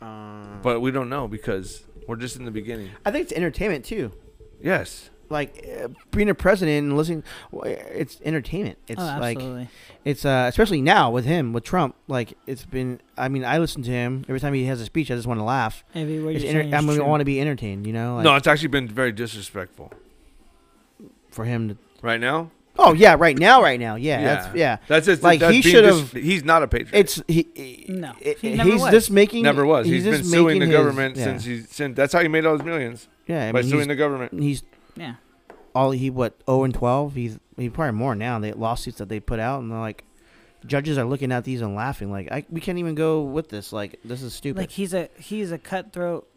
Uh,
but we don't know because we're just in the beginning
I think it's entertainment too.
yes
Like uh, being a president and listening, well, it's entertainment. It's
oh,
like
absolutely.
It's uh, especially now with him, with Trump. Like it's been. I mean, I listen to him every time he has a speech. I just want to laugh.
Every word
It's
you're
enter-
saying
I
is
mean, I
true.
want to be entertained. You know, like,
no it's actually been very disrespectful
for him to.
right now
Oh yeah, right now, right now, yeah, yeah. That's, yeah.
that's just
Like,
that's
he
being
should've-
dis- he's not a patriot
It's he. he-
No,
it-
he never
he's
was.
just making.
never was he's been
just
suing the
making his-
government
yeah,
since he since that's how he made all his millions
yeah. I
by
mean,
suing
he's,
the government
he's
yeah.
all he what zero and twelve. He's he probably more now. The lawsuits that they put out and they're like, judges are looking at these and laughing like, I, we can't even go with this. Like this is stupid.
Like he's a he's a cutthroat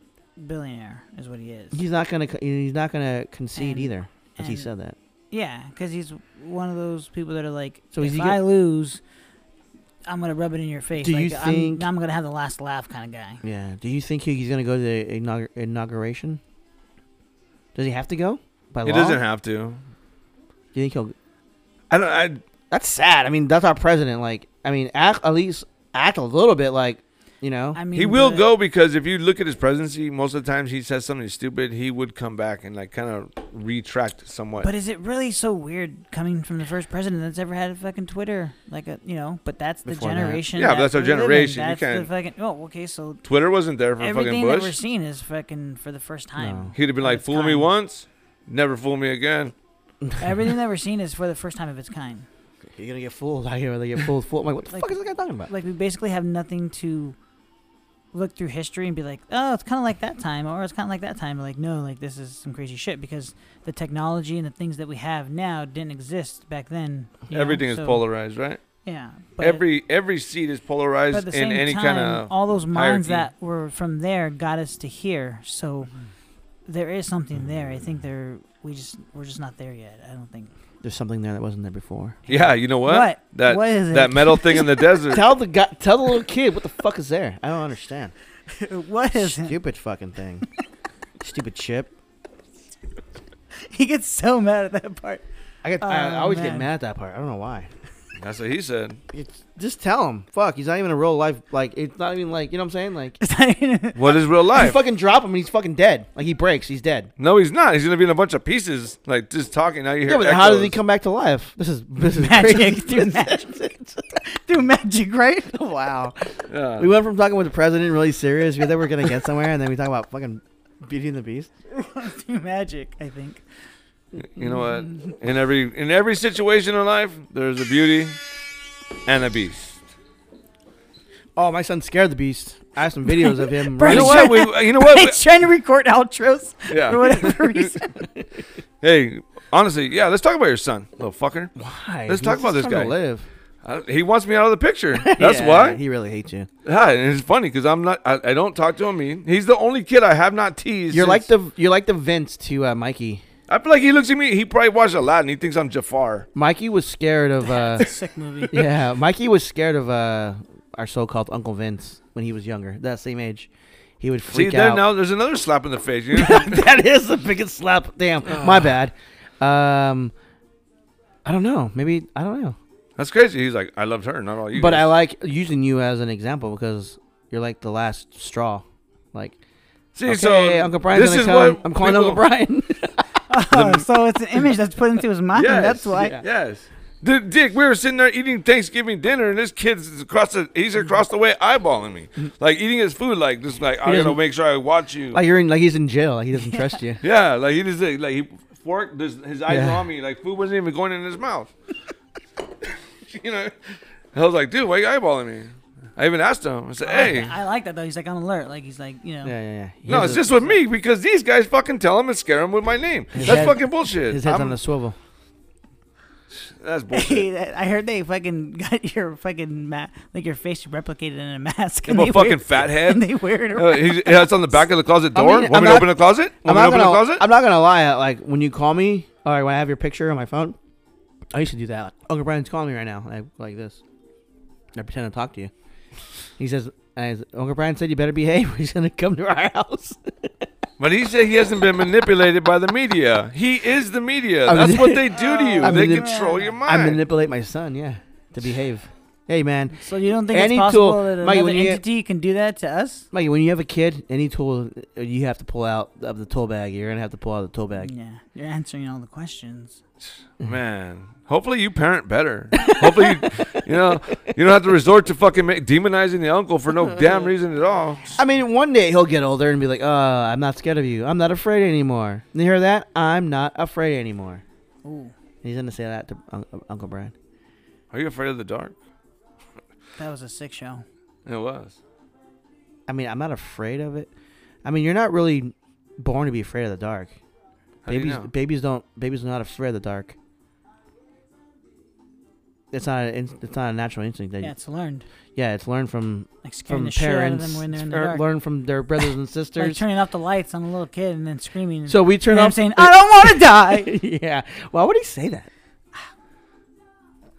billionaire is what he is.
he's not gonna. co- He's not gonna concede
And-
either. As he
and-
said that.
Yeah, because he's one of those people that are like,
So is
if
he
I
get-
lose, I'm gonna rub it in your face.
Do
like,
you
I'm-
think-
I'm, gonna have the last laugh kind of guy?
Yeah. Do you think he- he's going to go to the inaugur- inauguration? Does he have to go by
He
law?
doesn't have to.
Do you think he'll?
I don't. I
That's sad. I mean, that's our president. Like, I mean, act at least act a little bit like, you know.
I mean,
he will
but-
go because if you look at his presidency, most of the times he says something stupid, he would come back and like kind of retract somewhat.
But is it really so weird coming from the first president that's ever had a fucking Twitter? Like a you know, but that's the
Before that.
generation.
Yeah, but
that
that's our
we're living.
generation. You
That's the
can't-
fucking. Oh, okay. So
Twitter wasn't there for fucking
everything that we're
Bush.
seeing is fucking for the first time.
No.
He'd have been like,
It's
"Fool me
time.
once, Never fool me again.
Everything I've ever seen is for the first time of its kind.
You're gonna get fooled. I really get fooled. fooled. I'm like, what the
Like-
fuck is this guy talking about?
Like we basically have nothing to look through history and be like, oh, it's kind of like that time, or it's kind of like that time. Like no, like this is some crazy shit because the technology and the things that we have now didn't exist back then. you know?
Everything is
So,
polarized, right?
Yeah.
every every seed is
but at
polarized
the
in
same
any
time,
kind of
all those minds
hierarchy. Mm-hmm.
that were from there got us to here. So there is something there. I think there we just we're just not there yet. I don't think.
There's something there that wasn't there before.
yeah. You know what?
What?
That
What is it?
that metal thing in the desert.
tell the guy, tell the little kid what the fuck is there. I don't understand.
what is it?
Stupid fucking thing. Stupid chip.
He gets so mad at that part.
I get. I, I
Oh,
always get
man.
mad at that part. I don't know why.
That's what he said.
It's, just tell him. Fuck. He's not even a real life. Like it's not even like you know what I'm saying. Like
It's not even-
What is real
you
life?
fucking drop him and he's fucking dead. Like he breaks. He's dead.
No, he's not. He's gonna be in a bunch of pieces, like just talking. Now you hear.
Yeah, but how
echoes.
does he come back to life? This is this is
Magic,
crazy.
dude, through magic, right?
wow.
Yeah.
We went from talking with the president really serious, we thought we were gonna get somewhere, and then we talk about fucking Beauty and the Beast.
through magic, I think.
You know what? In every in every situation in life, there's a beauty and a beast.
Oh, my son scared the beast. I have some videos of him.
You
Brian,
know
running.
what? We, you know what?
He's trying to record outros
We- yeah.
for whatever reason.
Hey, honestly, yeah. Let's talk about your son, little fucker.
Why?
Let's talk
He's
about this
trying
guy.
to Live.
I, he wants me out of the picture. That's
Yeah,
why.
he really hates you.
Yeah, and it's funny because I'm not. I, I don't talk to him mean. He's the only kid I have not teased.
You're like
since-
the you're like the Vince to uh, Mikey.
I feel like he looks at me. He probably watched Aladdin. He thinks I'm Jafar.
Mikey was scared of. Uh,
Sick movie.
yeah, Mikey was scared of uh, our so-called Uncle Vince when he was younger, that same age. He would freak
See, there
out.
now there's another slap in the face. You know?
that is the biggest slap. Damn,
Ah.
my bad. Um, I don't know. Maybe I don't know.
That's crazy. He's like, I loved her, not all you.
but
guys."
I like using you as an example because you're like the last straw. Like,
see.
okay,
so
Uncle Brian's
this
gonna
is
come.
what
I'm calling
people-
Uncle Brian.
Oh, so it's an image that's put into his mind.
Yes,
that's why.
yeah.
Yes. The Dick, we were sitting there eating Thanksgiving dinner, and this kid's across the he's
Mm-hmm.
across the way eyeballing me, like eating his food, like just like I gotta
doesn't-
make sure I watch you.
like you're in. Like he's in jail. Like he doesn't trust you.
yeah, like he just like he forked his, his eyes
Yeah.
were on me, like food wasn't even going in his mouth. you know, I was like, dude, why you eyeballing me? I even asked him. I
Oh
said, hey,
I like that though. He's like on alert. Like he's like you know.
Yeah, yeah, yeah. He
no,
has
it's
a-
just with me because these guys fucking tell him and scare him with my name.
His
That's
head-
fucking bullshit.
his head's
I'm-
on a swivel.
that's bullshit.
Hey, that- I heard they fucking got your fucking ma- like your face replicated in a mask.
I'm a
they
fucking
wear,
fat head.
And they wear it
Uh,
around.
he's, yeah, it's on the back of the closet
I
door.
mean,
Want
I'm
me to
not-
open the closet?
I'm
Want me to
not
open the
gonna.
closet?
I'm not gonna lie. uh, Like when you call me, all right, when I have your picture on my phone, I used to do that. Like, Uncle Brian's calling me right now, like, like this. I pretend to talk to you. He says, as "Uncle Brian said, you better behave. He's gonna come to our house."
But he said he hasn't been manipulated by the media. He is the media.
I
That's
mean-
what they do to you.
I
they
mean,
control your
I
mind.
manipulate my son, yeah, to behave. Hey, man,
So you don't think it's
Any
possible
tool-
that
Mike,
another
when you get-
entity can do that to us?
Mikey, when you have a kid, any tool uh, you have to pull out of the tool bag, you're gonna have to pull out of the tool bag.
Yeah, you're answering all the questions.
Man, hopefully you parent better. Hopefully, you, you know, you don't have to resort to fucking ma- demonizing the uncle for no damn reason at all.
I mean, one day he'll get older and be like, "Uh, I'm not scared of you. I'm not afraid anymore." You hear that? I'm not afraid anymore.
Ooh,
He's gonna say that to un- uh, Uncle Brian.
Are you afraid of the dark?
that was a sick show.
It was.
I mean, I'm not afraid of it. I mean, you're not really born to be afraid of the dark.
How do you
Babies,
know?
babies don't. Babies are not afraid of the dark. It's not. An, in- it's not a natural instinct. That
Yeah,
yeah.
it's learned.
yeah, it's learned from
Like scaring
from
the
parents. er,
shit out of them when they're in the
or
dark.
Learned from their brothers and
like
sisters.
turning off the lights on a little kid and then screaming.
so we
you
turn
know what I'm
off.
saying, I don't want to die.
yeah. Why would he say that?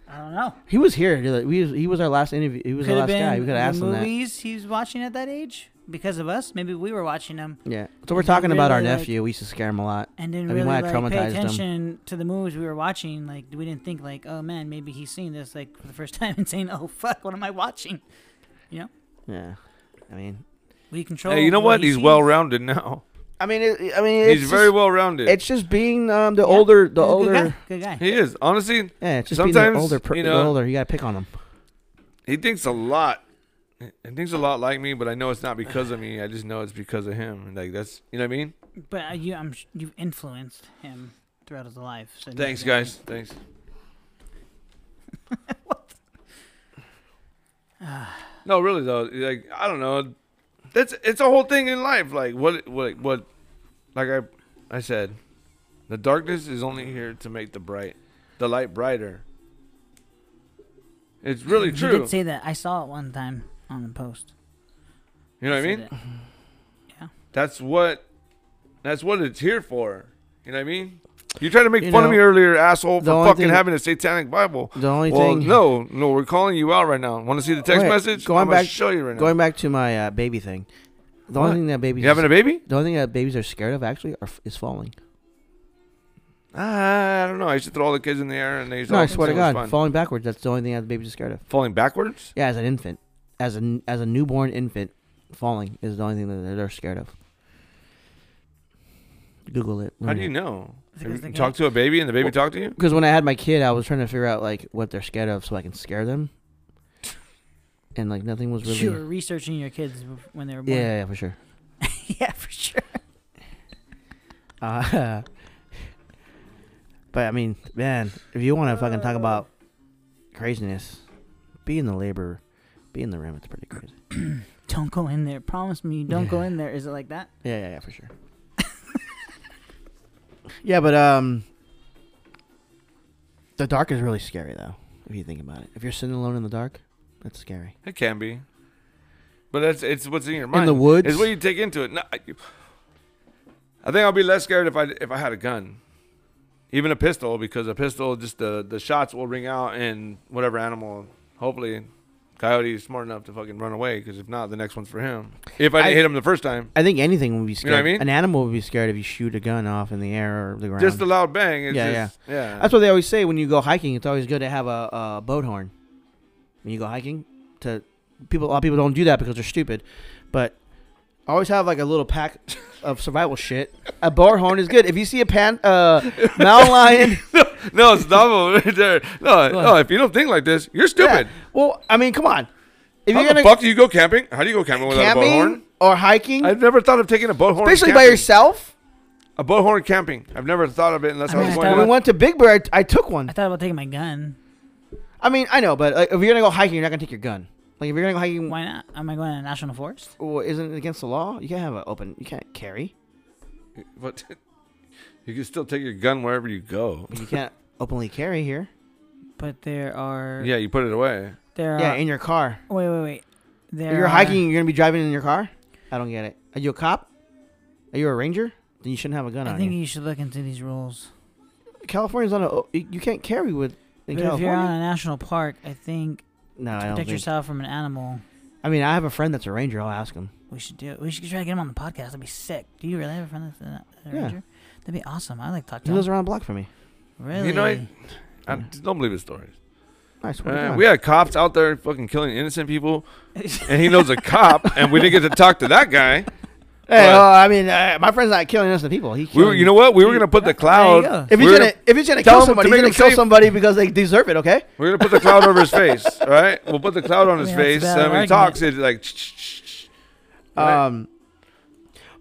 I don't know.
He was here. the other- We was, he was our last interview. He was
Could
our
have
last guy.
been
We could
the
have asked him that.
movies he was watching at that age because of us. Maybe we were watching them
Yeah. So we're
He
talking about our
really, like-
nephew. We used to scare him a lot.
and didn't
I mean,
really
why I
like, pay
traumatized him.
attention to the movies we were watching. Like we didn't think like, oh man, maybe he's seeing this like for the first time and saying, oh fuck, what am I watching?
Yeah. I mean.
We control.
Hey, you know what?
he
He's
sees.
well rounded now.
I mean. It, I mean.
He's very well rounded.
It's just being um, the
Yeah.
older, the
He's a
older.
Good guy. Good guy.
He is honestly.
Yeah, it's just being
Sometimes,
the older. Per-
you
the
know-
older, you gotta pick on them.
He thinks a lot. He thinks a lot like me, but I know it's not because of me. I just know it's because of him. Like that's you know what I mean.
But uh, you, I'm, sh- you've influenced him throughout his life. So
Thanks,
you-
guys. Thanks. No, really though. Like I don't know. That's it's a whole thing in life. Like what what what like I I said, the darkness is only here to make the bright the light brighter. It's really
You
true.
did say that. I saw it one time on the post.
you know what I
Said
mean?
it.
That's what that's what it's here for. You know what I mean? You tried to make
You
fun of me
know,
earlier, asshole, for
the only
fucking
thing-
having a satanic Bible.
The only
Well,
thing.
no, no, we're calling you out right now. Want to see the text
Wait,
message?
going
I'm gonna
back-
show you right now.
Going back to my uh, baby thing. The
What?
only thing that babies.
You having a baby?
the only thing that babies are scared of actually are, is falling.
Ah, I don't know. I used to throw all the kids in the air and they used
No, I
all
swear to
think it was
God,
fun.
falling backwards. That's the only thing that the babies are scared of.
falling backwards.
Yeah, as an infant, as a as a newborn infant, falling is the only thing that they're scared of. Google it.
How do you know?
Because
Have
they
you
can't-
talked to a baby and the baby
Mm. Well-
talked to you?
Because when I had my kid, I was trying to figure out like what they're scared of, so I can scare them. And like nothing was really.
You were researching your kids bef- when they were
Yeah,
born.
yeah, yeah, for sure.
yeah, for sure.
Uh, but I mean, man, if you want to fucking talk about craziness, being the laborer, being the rim, it's pretty crazy.
Don't go in there. Promise me you don't go in there. Is it like that?
Yeah, yeah, yeah, for sure. yeah, but um, the dark is really scary though. If you think about it, if you're sitting alone in the dark, that's scary.
It can be, but that's it's what's in your mind.
the woods?
It's what you take into it. No, I, I think I'll be less scared if I if I had a gun, even a pistol, because a pistol just the the shots will ring out and whatever animal, hopefully, coyote is smart enough to fucking run away. Because if not, the next one's for him. If I,
I-
didn't hit him the first time,
I think anything would be
know
scared.
what I mean?
An animal would be scared if you shoot a gun off in the air or the ground.
just the loud bang. It's
Yeah,
just, yeah, yeah.
That's what they always say when you go hiking. It's always good to have a, a boat horn when you go hiking. To people, a lot of people don't do that because they're stupid. But always have like a little pack of survival shit. A boat horn is good. If you see a pan, uh, mountain lion.
no, it's double right there. No, no. If you don't think like this, you're stupid.
Yeah. Well, I mean, come on. If
How
you're
the
gonna
fuck do you go camping? How do you go camping without a boat horn?
camping or hiking,
I've never thought of taking a boat horn.
especially by
camping.
yourself.
A boat horn camping. I've never thought of it unless I,
I mean,
was
I
going.
thought
When we
out.
about-
went to Big Bear, I, I took one.
I thought about taking my gun.
I mean, I know, but like, if you're gonna go hiking, you're not gonna take your gun. Like if you're gonna go hiking,
Why not? Am I going to national forest?
well, isn't it against the law? You can't have an open. You can't carry.
But you can still take your gun wherever you go.
But you can't openly carry here.
But there are.
Yeah, you put it away.
There are.
Yeah, in your car.
wait, wait, wait. There
If you're
are-
hiking, you're gonna be driving in your car. I don't get it. Are you a cop? Are you a ranger? Then you shouldn't have a gun
I
on
think
you.
you should look into these rules.
California's on a. o- You you can't carry with in
But if
California.
you're on a national park, I think
no, I
to
don't
protect
think.
yourself from an animal,
I mean, I have a friend that's a ranger. I'll ask him.
we should do it. We should try to get him on the podcast. That'd be sick. Do you really have a friend that's a a
Yeah.
ranger? That'd be awesome. I'd like to talk
He
to him.
lives around the block from me.
Really?
You know, I, I
Yeah.
don't believe his stories.
I swear to
Uh,
God.
we had cops out there fucking killing innocent people, and he knows a cop, and we didn't get to talk to that guy.
Hey,
But-
well, I mean, uh, my friend's not killing innocent people. He
We
killing,
were, you know what? We were gonna put the cloud.
go.
if
we
he's
were
gonna if he's gonna
tell
kill
him to
somebody,
make
he's gonna
him
kill
safe.
somebody because they deserve it. Okay.
We're gonna put the cloud over his face, all right? We'll put the cloud on his
Yeah,
face.
that's a
So
valid
when he
argument.
talks, it's like. "Ch-ch-ch-ch." Right?
Um,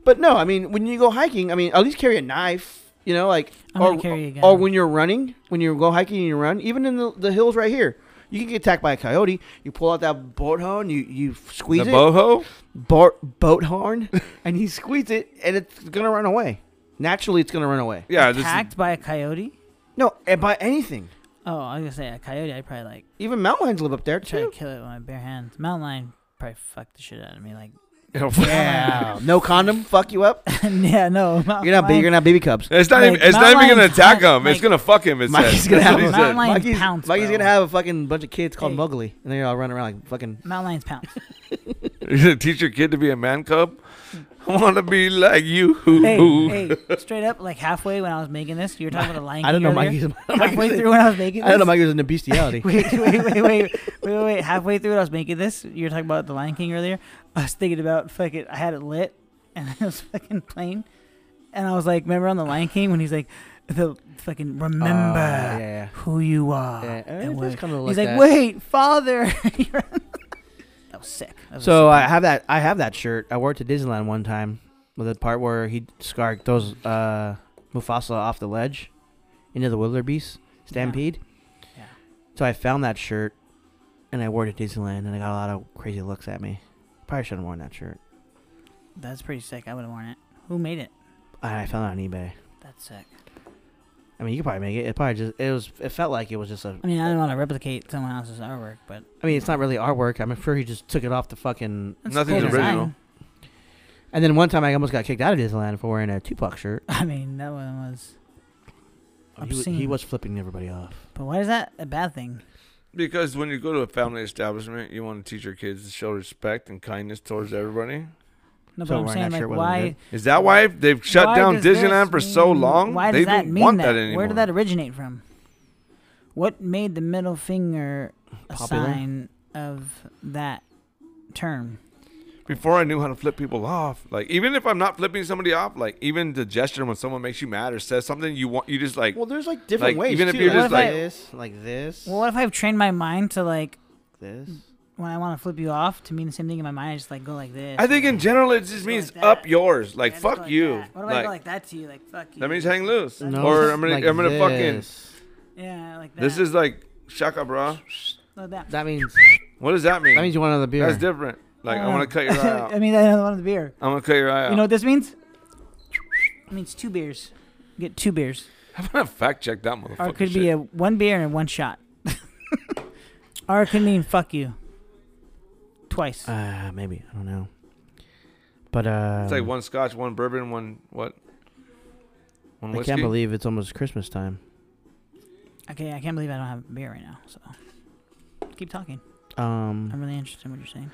but no, I mean, when you go hiking, I mean, at least carry a knife. You know, like
I'm
or
gonna carry a gun.
or when you're running, when you go hiking and you run, even in the, the hills right here, you can get attacked by a coyote. You pull out that boat horn, you you
the
squeeze it,
boho.
bar- boat horn, and you squeeze it, and it's gonna run away. Naturally, it's gonna run away.
Yeah, this
attacked by a coyote.
No, and by anything,
Oh, I was gonna say a coyote. I'd probably like
even mountain lions live up there
try to
too.
kill it with my bare hands. Mountain lion probably fucked the shit out of me. Like,
Yeah, no condom, fuck you up.
yeah, no.
You're not, ba- you're not baby cubs.
It's not
Like,
even. It's
mountain
not even gonna
lions
attack
hunt,
him. it's
like-
gonna fuck him. It
Mikey's
said.
gonna
That's
have
what he
a-
said.
Mountain lion- Lions
Mikey's,
pounce,
Mikey's
bro.
gonna have a fucking bunch of kids called
Hey.
Mowgli, and they're all running around like fucking.
mountain lions pounce.
You're gonna teach your kid to be a man cub. I wanna be like you.
hey, hey, straight up, like halfway when I was making this, you were talking about a lion.
I don't know
king
Mikey's.
earlier.
Mikey's-
Halfway through when I was making this.
I don't know Mikey was into bestiality.
Wait, wait, wait, wait, wait, wait, wait. Halfway through when I was making this, you were talking about the Lion King earlier. I was thinking about fucking. I had it lit, and I was fucking playing, and I was like, remember on the Lion King when he's like, the fucking
Uh,
remember.
yeah, yeah.
who you are.
Yeah, eh,
Ah, and
it
where-
does kinda look
he's like,
that.
wait, father. that was sick. That
So
was a sick
I
one.
uh, have that. I have that shirt. I wore it to Disneyland one time Well, the part where he Scar throws uh, Mufasa off the ledge into the wildebeest stampede.
Yeah.
So I found that shirt, and I wore it at Disneyland, and I got a lot of crazy looks at me. Probably shouldn't have worn that shirt.
That's pretty sick. I would have worn it. Who made it?
I, I found it on eBay.
That's sick.
I mean, you could probably make it. It probably just it was. It felt like it was just a.
I mean, I don't want to replicate someone else's artwork, but
I mean, it's not really artwork. I'm sure he just took it off the fucking.
that's
Nothing's
cool
original.
design.
And then one time, I almost got kicked out of Disneyland for wearing a Tupac shirt.
I mean, that one was.
He, wa- he
Obscene.
was flipping everybody off.
But why is that a bad thing?
Because when you go to a family establishment, you want to teach your kids to show respect and kindness towards everybody.
No,
So
but I'm
wearing that
saying like
shirt wasn't
why?
Is that why they've shut
why
down
does this
Disneyland for so
mean-
long?
Why does
they
that
don't
mean
want
that?
that, anymore.
Where did that originate from? What made the middle finger a
Popular?
sign of that term?
Before I knew how to flip people off, like even if I'm not flipping somebody off, like even the gesture when someone makes you mad or says something, you want you just like
Well, there's like different
Like,
ways.
even if
too.
you're
Like,
just, What if like- I-
this, like this,
Well, what if I've trained my mind to like
this.
when I want to flip you off to mean the same thing in my mind? I just like go like this.
I think in general it just
Go
means
like that.
up yours. Like
Yeah, just go
fuck you.
that. What if I go like that to you? Like fuck you.
that means hang loose.
No,
or I'm gonna I'm gonna fucking
Yeah, like that.
this is like shaka bra.
like that.
That means
What does that mean?
that means you want another beer.
That's different. Like I
don't
want
know.
to cut your eye out.
I mean, I don't want the beer.
I'm gonna cut your eye out.
Uh, You know what this means? It means two beers. Get two beers,
I'm gonna fact check that motherfucker.
or it could be a one beer and one shot, or it could mean fuck you. Twice.
Uh, maybe I don't know. But uh,
It's like one scotch, one bourbon, one what? One
I
whiskey.
can't believe it's almost Christmas time.
Okay, I can't believe I don't have a beer right now. So keep talking.
Um,
I'm really interested in what you're saying.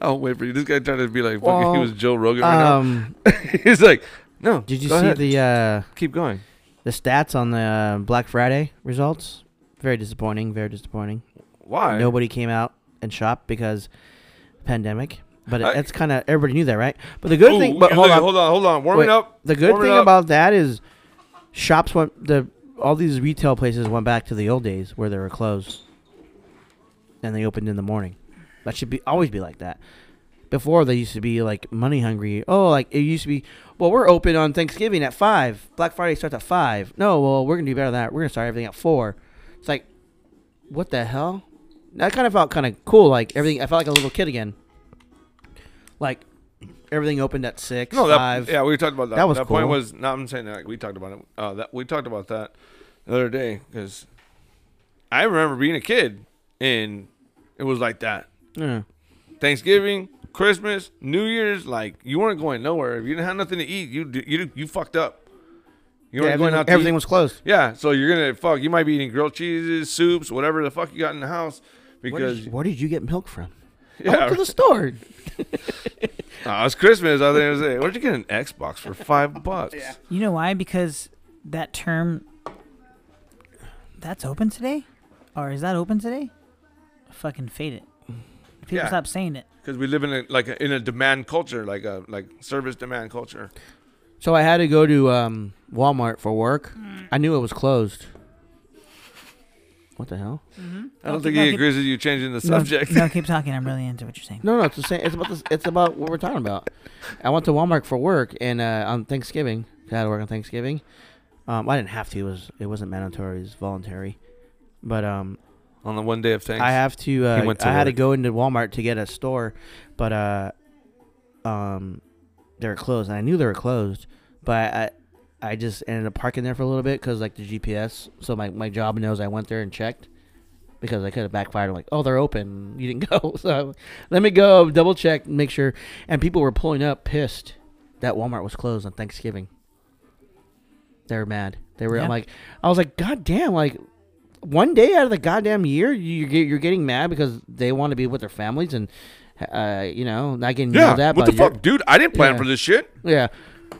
Oh wait for you. This guy tried to be like fucking.
Well,
he was Joe Rogan right
um,
uh,
now. He's like, no.
did you
go
see
ahead.
the uh
Keep going.
the stats on the uh, Black Friday results? Very disappointing. Very disappointing.
Why?
Nobody came out and shopped because pandemic. But
I-
it, it's kind of everybody knew that, right? But the good
Ooh,
thing, but hold
look,
on,
hold on, hold on. Warming
Wait.
up.
The good
Warm it
thing
up.
about that is shops went the all these retail places went back to the old days where they were closed and they opened in the morning. That should be always be like that. Before they used to be like money hungry. Oh, like it used to be. Well, we're open on Thanksgiving at five. Black Friday starts at five. No, well we're gonna do better than that. We're gonna start everything at four. It's like, what the hell? That kind of felt kind of cool. Like everything, I felt like a little kid again. Like everything opened at six.
No, that
five.
yeah, we talked about that.
That was
point
cool.
was no. I'm saying that like, we talked about it. Uh, that we talked about that the other day because I remember being a kid and it was like that.
yeah.
Thanksgiving, Christmas, New Year's, like you weren't going nowhere. If you didn't have nothing to eat, you d- you you fucked up. You
Yeah,
weren't going
everything,
out. To eat.
everything was closed.
yeah. So you're gonna fuck. You might be eating grilled cheeses, soups, whatever the fuck you got in the house
where,
because
did, where did you get milk from? I
yeah,
went to the store.
uh, it's Christmas. I think it was it. Where'd you get an Xbox for five bucks?
You know why? Because that term. That's open today, or is that open today? Fucking fade it. People
Yeah.
stop saying it.
Because we live in a like a, in a demand culture, like a like service demand culture.
So I had to go to um, Walmart for work. I knew it was closed. What the hell?
I don't
Okay,
think
no,
he
keep-
agrees with you changing the
No,
subject.
No, keep talking. I'm really into what you're saying.
No, no, it's the same. It's about this, It's about what we're talking about. I went to Walmart for work and uh, on Thanksgiving. I had to work on Thanksgiving. Um, I didn't have to. It was it wasn't mandatory. It was voluntary. But um,
On the one day of thanks,
I have to. Uh,
went to
I had to
work.
go into Walmart to get a store, but uh, um, they were closed, and I knew they were closed, but I, I just ended up parking there for a little bit because like the GPS, so my my job knows I went there and checked. Because I could have backfired. I'm like, oh, they're open. You didn't go. So let me go double check and make sure. And people were pulling up pissed that Walmart was closed on Thanksgiving. They were mad. They were I'm
Yeah.
like, I was like, God damn, like one day out of the goddamn year, you get you're getting mad because they want to be with their families and, uh, you know, not getting
yeah.
yelled at
What
by
the
your-
fuck, dude? I didn't plan
Yeah.
for this shit.
Yeah,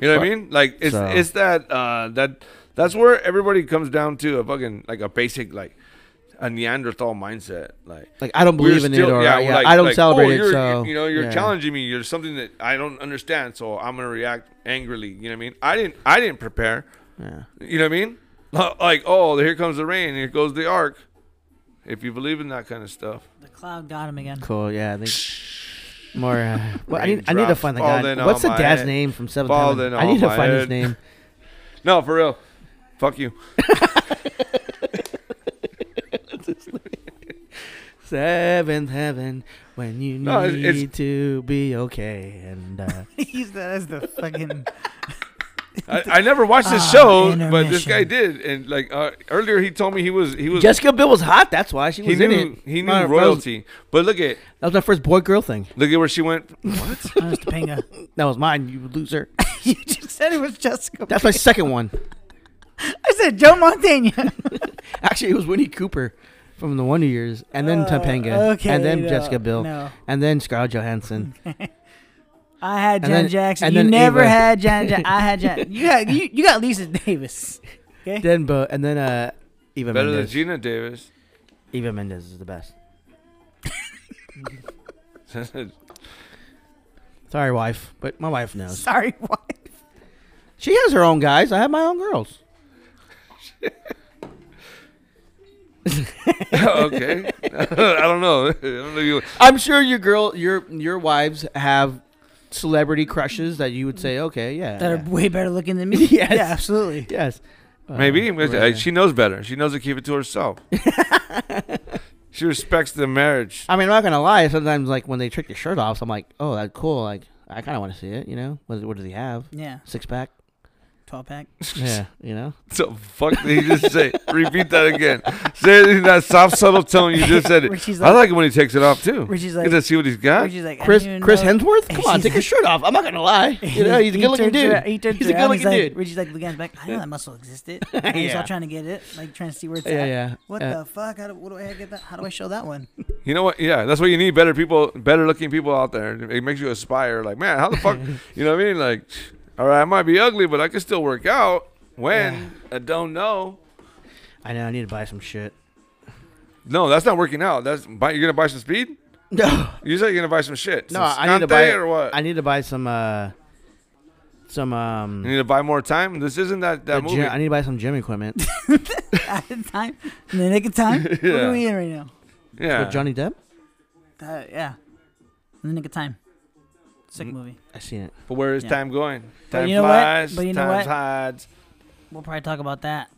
You know what I
But-
mean? Like it's
So-
it's that uh that that's where everybody comes down to a fucking like a basic like a Neanderthal mindset. Like
like I don't
we're
believe in
still-
it or yeah,
we're
yeah,
like-
I don't
like,
celebrate
oh,
it.
you're-
So
you know, you're
yeah.
challenging me. You're something that I don't understand, so I'm gonna react angrily. You know what I mean? I didn't I didn't prepare.
Yeah.
You know what I mean? Like, oh, here comes the rain, here goes the ark. If you believe in that kind of stuff.
The cloud got him again.
Cool. Yeah. I think More. Uh, well, I need. I need to
Raindrops
find the guy.
falling
What's
on
the
my
dad's
head,
name from Seventh
falling
Heaven? I
on
need to
my
find his
head.
name.
No, for real. Fuck you.
Seventh Heaven, when you
No, it's-
need
it's-
to be okay, and uh,
Use that as the fucking.
I, I never watched this
Ah,
show, but this guy
intermission.
did. And like uh, earlier, he told me he was he was
Jessica Biel was hot. That's why she
he
was
knew
in it.
he knew
My- that was-
royalty. But look at
That was my first boy girl thing.
look at where she went. What?
Oh, it's Topanga.
That was mine. You loser.
you just said it was Jessica.
That's my second one.
I said Joe Montana.
Actually, it was Winnie Cooper from the Wonder Years, and then Topanga, and then
no,
Jessica Bill,
Uh, No.
and then Scarlett Johansson.
I
And
had Janet
then-
Jackson.
and
you
then
never
Ava.
had Janet Jackson. I had Janet. You had you, you got Lisa Davis. Okay.
then Bo, and then uh, Eva
Better than
Mendes.
Gina Davis.
Eva Mendes is the best. Sorry, wife, but my wife knows.
Sorry, what?
She has her own guys. I have my own girls.
okay. I don't know. I don't know you.
I'm sure your girl, your your wives have celebrity crushes that you would say, okay, yeah, Uh,
That
yeah.
are way better looking than me.
Yes.
Yeah, absolutely.
yes, Uh,
Maybe because, uh,
right.
she knows better. She knows to keep it to herself. she respects the marriage.
I mean, I'm not gonna lie. Sometimes, like when they trick your shirt off, so I'm like, oh, that's cool. Like, I kind of want to see it. You know, what, what does he have?
Yeah.
Six pack?
Tall pack.
Yeah, you know.
So fuck did he just say? Repeat that again. Say it in that soft, subtle tone you just said it.
Richie's
I
like,
like it when he takes it off too.
Richie's
Get
like,
to see what he's got.
Richie's like, I
Chris
don't even
Chris
know.
Hensworth? Come on,
He's
take your
like-
shirt off. I'm not gonna lie. You know, he's a
He
good looking
turns
dude.
around- He turns
He's a
around,
good looking
he's like,
dude.
Richie's like, looking at his back. I know that muscle existed. And He's
Yeah.
all trying to get it, like trying to see where it's
Yeah,
at.
yeah.
What
Uh,
the fuck? How do, what do I get that? How do I show that one?
You know what? Yeah, that's what you need. Better people, better looking people out there. It makes you aspire. Like, man, how the fuck? you know what I mean? Like, all right, I might be ugly, but I can still work out. When I don't know.
I know. I need to buy some shit.
No, that's not working out. That's buy, you're gonna buy some speed.
No,
You said you're gonna buy some shit.
no.
Some
I need to
scante
buy.
or what?
I need to buy some. uh Some um.
you need to buy more time. This isn't that that
the
movie.
gym- I need to buy some gym equipment.
at the time, in the nick of time. What
Yeah.
are we in right now?
yeah,
With Johnny Depp.
Uh, yeah, in the nick of time.
Mm-hmm.
Sick movie.
I seen it.
but where is
yeah.
time going?
But
Time
you know what?
flies.
But you know
time
what?
hides.
We'll probably talk about that.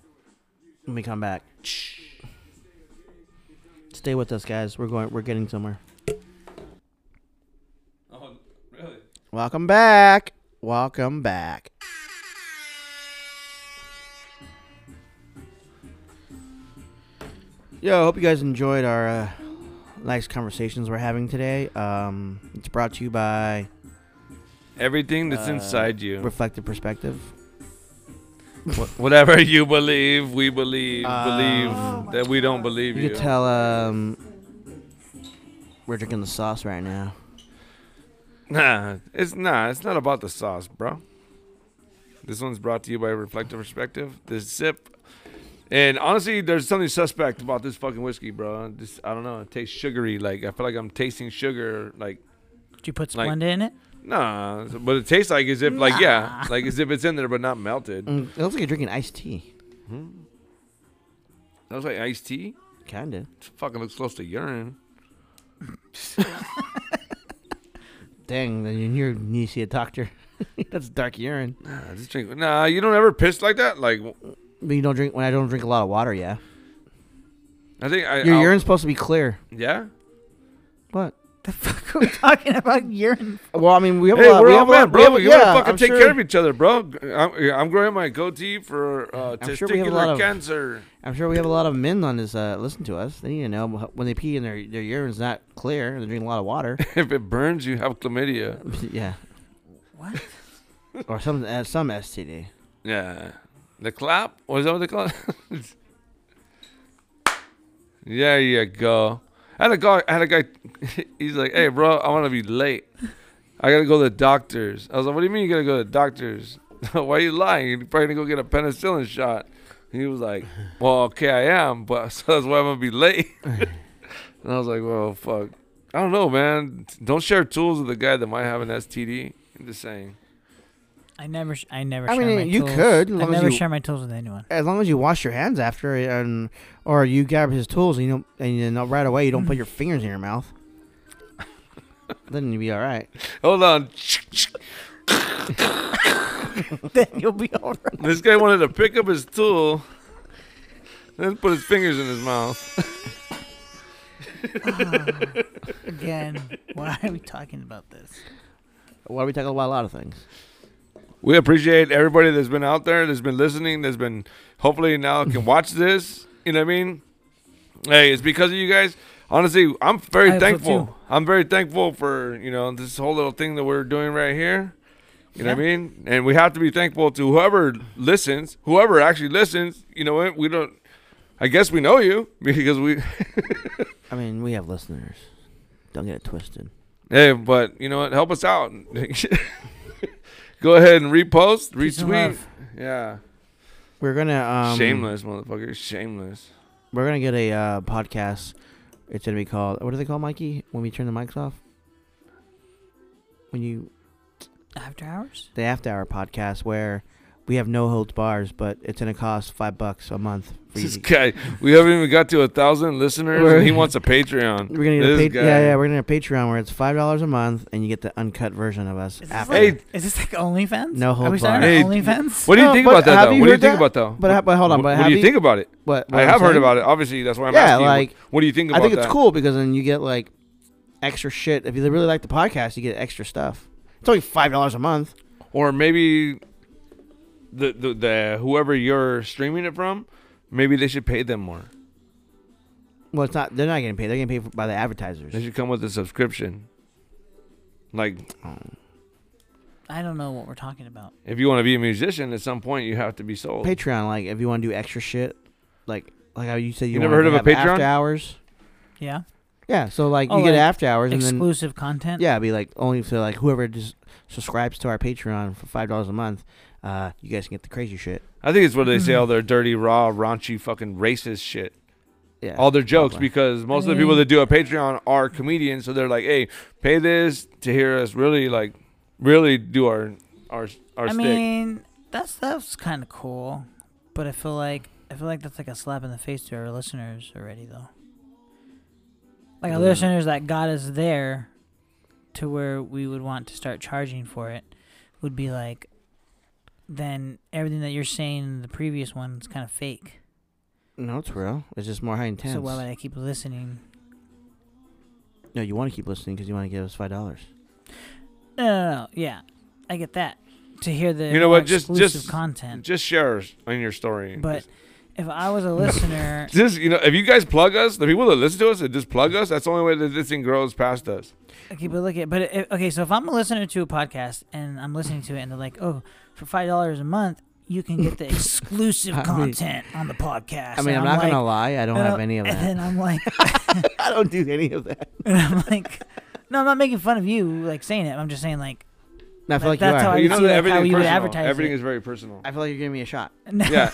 Let me come back. Stay with us, guys. We're going. We're getting somewhere.
Oh, really?
Welcome back. Welcome back. Yo, I hope you guys enjoyed our uh, nice conversations we're having today. Um, it's brought to you by
Everything that's
Uh,
inside you,
Reflective Perspective.
Wh- whatever you believe, we believe.
Um,
believe that we don't believe
You
you.
can tell um, we're drinking the sauce right now.
Nah, it's not. It's not about the sauce, bro. This one's brought to you by Reflective Perspective. This sip. And honestly, there's something suspect about this fucking whiskey, bro. This I don't know. It tastes sugary. Like I feel like I'm tasting sugar. Like
Did you put
Like-
Splenda in it?
nah, but it tastes like as if like yeah, like as if it's in there but not melted.
Mm, it looks like you're drinking iced tea.
That was Hmm? like iced tea.
Kinda.
It fucking looks close to urine.
Dang, then you you need to see a doctor. That's dark urine.
Nah, just drink. Nah, you don't ever piss like that. Like
But you don't drink when I don't drink a lot of water. Yeah,
I think I.
your
I'll-
urine's supposed to be clear.
Yeah.
What?
The fuck are we talking about urine?
Well, I mean, we have
Hey,
a lot.
we're
we
all
have a lot.
men,
we
bro.
have,
We
yeah,
gotta fucking
I'm
take
sure,
care of each other, bro. I'm, I'm growing my goatee for uh,
I'm sure we have a
testicular
lot of-
cancer.
I'm sure we have a lot of men on this. Uh, listen to us. They need to know wh- when they pee and their their urine's not clear and they're drinking a lot of water.
if it burns, you have chlamydia.
yeah,
What?
or some uh, some STD.
Yeah. The clap? Was that what they call it? there you go. I had a guy. I had a guy. He's like, "Hey, bro, I want to be late. I gotta go to the doctors." I was like, "What do you mean you gotta go to the doctors? Why are you lying? You're probably gonna go get a penicillin shot." He was like, "Well, okay, I am, but so that's why I'm gonna be late." and I was like, "Well, fuck. I don't know, man. Don't share tools with a guy that might have an STD." I'm just saying.
I never, sh- I never.
I
share
mean,
my
you
tools.
could, as
I
long as
never
you-
share my tools with anyone.
As long as you wash your hands after, and or you grab his tools, and you don't, and you know, right away you don't put your fingers in your mouth. Then you'll be all right.
Hold on.
then you'll be all right.
This guy wanted to pick up his tool, then put his fingers in his mouth.
Ah, Again, why are we talking about this?
Why are we talking about a lot of things?
We appreciate everybody that's been out there, that's been listening, that's been hopefully now can watch this. You know what I mean? Hey, it's because of you guys. Honestly, I'm very
I hope so too.
thankful. I'm very thankful for, you know, this whole little thing that we're doing right here. You know what I mean? And we have to be thankful to whoever listens, whoever actually listens. You know what? We don't I guess we know you because we
I mean, we have listeners. Don't get it twisted.
Hey, but you know what? Help us out. Go ahead and repost,
Peace and
retweet.
love.
Yeah.
We're gonna um,
shameless, motherfucker. Shameless.
We're gonna get a uh, podcast. It's gonna be called. What do they call Mikey when we turn the mics off? When you
After hours?
the after hour podcast where we have no holds bars, but it's gonna cost five bucks a month for you.
This
to-
guy, we haven't even got to a thousand listeners, and he wants a Patreon.
We're gonna
This
get a pa-
guy.
yeah yeah we're gonna have Patreon where it's five dollars a month and you get the uncut version of us.
Is this,
After.
Hey.
like, is this like OnlyFans?
No
Are we
hold
starting
bar.
Hey,
an OnlyFans?
What do you
No,
think
but
about that?
have
Though?
you
What do you
heard
think
that?
about that?
But ha- but hold on,
What,
but
what
have
do you
you-
think about it?
What, what
I
I'm
have heard
saying?
about it. Obviously, that's why I'm
Yeah,
asking. you.
like,
what do you think about
I think it's
that?
cool because then you get like extra shit. If you really like the podcast, you get extra stuff. It's only five dollars a month.
Or maybe the, the the whoever you're streaming it from, maybe they should pay them more.
Well, it's not. They're not getting paid. They're getting paid for, by the
They
advertisers.
should come with a subscription. Like,
I don't know what we're talking about.
if you want to be a musician, at some point you have to be sold.
Patreon, like if you want to do extra shit, like like how you said you,
You never
wanted
heard of
to
a
have
Patreon?
After hours.
Yeah?
Yeah, so like
Oh,
you get
like,
after hours and then
Exclusive content?
yeah, it'd be like only for like whoever just subscribes to our Patreon for five dollars a month. Uh, you guys can get the crazy shit.
I think it's where they say
Mm-hmm.
all their dirty, raw, raunchy, fucking racist shit.
Yeah,
all their jokes
probably.
because most of the people
mean-
that do a Patreon are comedians, so they're like, "Hey, pay this to hear us really like really do our our our
I
stick."
mean, that stuff's kind of cool, but I feel like I feel like that's like a slap in the face to our listeners already, though. Like our
Yeah.
listeners that got us there to where we would want to start charging for it would be like, then everything that you're saying in the previous one is kind of fake.
no, it's real. It's just more high intense.
So why would I keep listening?
no, you want to keep listening because you want to give us five dollars.
No, no, no, yeah, I get that. To hear the
You know
more
what, just-
exclusive
just-
content,
Just share us on your story.
but if I was a listener.
just you know, if you guys plug us, the people that listen to us that just plug us, that's the only way that this thing grows past us.
Okay, but look at but it, okay. So if I'm a listener to a podcast and I'm listening to it, and they're like, "Oh, for five dollars a month, you can get the exclusive
I mean-
content on the podcast."
I mean,
And
I'm not
like-
gonna lie. I don't
and
have
I'm-
any of
And
that.
then I'm like,
I don't do any of that.
and I'm like, no, I'm not making fun of you, like saying it. I'm just saying like,
No, I feel
Like,
like you
that's how
are.
Oh, I
you know
see,
that
like, how
everything
you would
personal.
advertise
everything
it.
is very personal.
I feel like you're giving me a shot.
no,
yeah,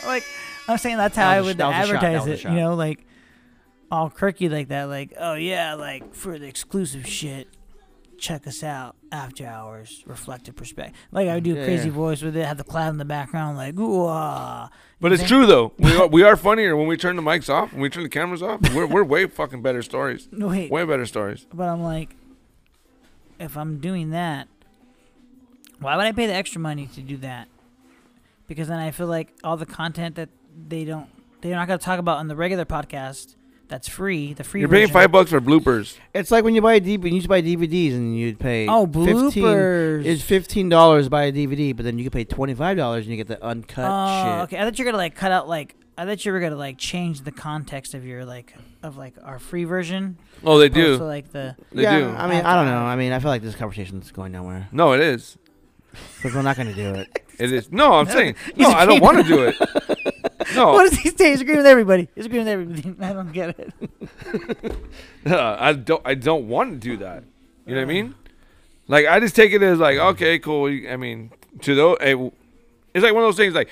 like I'm saying that's how
That
I
was a sh-
would
that was a shot, that
advertise
was a
it.
shot.
You know, like all quirky like that. Like, oh yeah, like for the exclusive shit. Check us out after hours, reflective perspective. Like I would do a
Yeah,
crazy
yeah.
voice with it, have the cloud in the background, like ooh. ah."
but it's
Then-
true though. We are, we are funnier when we turn the mics off, when we turn the cameras off. We're we're way fucking better stories.
No, Wait,
Way better stories.
but I'm like, if I'm doing that, why would I pay the extra money to do that? Because then I feel like all the content that they don't, they're not going to talk about on the regular podcast. That's free. The free.
You're paying
version.
five bucks for bloopers.
It's like when you buy a DVD, when you used to buy DVDs and you'd pay
Oh,
15
bloopers.
It's fifteen dollars to buy a DVD, but then you can pay twenty five dollars and you get the uncut
oh,
shit.
okay. I thought you were gonna like cut out like. I thought you were gonna like change the context of your like of like our free version.
Oh, they
opposed to,
do.
like the
They
yeah,
do.
I mean, I don't know. I mean, I feel like this conversation's going nowhere,
no, it is.
but we're not going to do it.
It is. No, I'm saying
He's
no. I don't
keeping-
want to do it. No,
what does he say? He's agreeing with everybody. He's agreeing with everything. I don't get it.
uh, I don't. I don't want to do that. You know what I mean? Like I just take it as like okay, cool. you- I mean, to those, it's like one of those things. Like,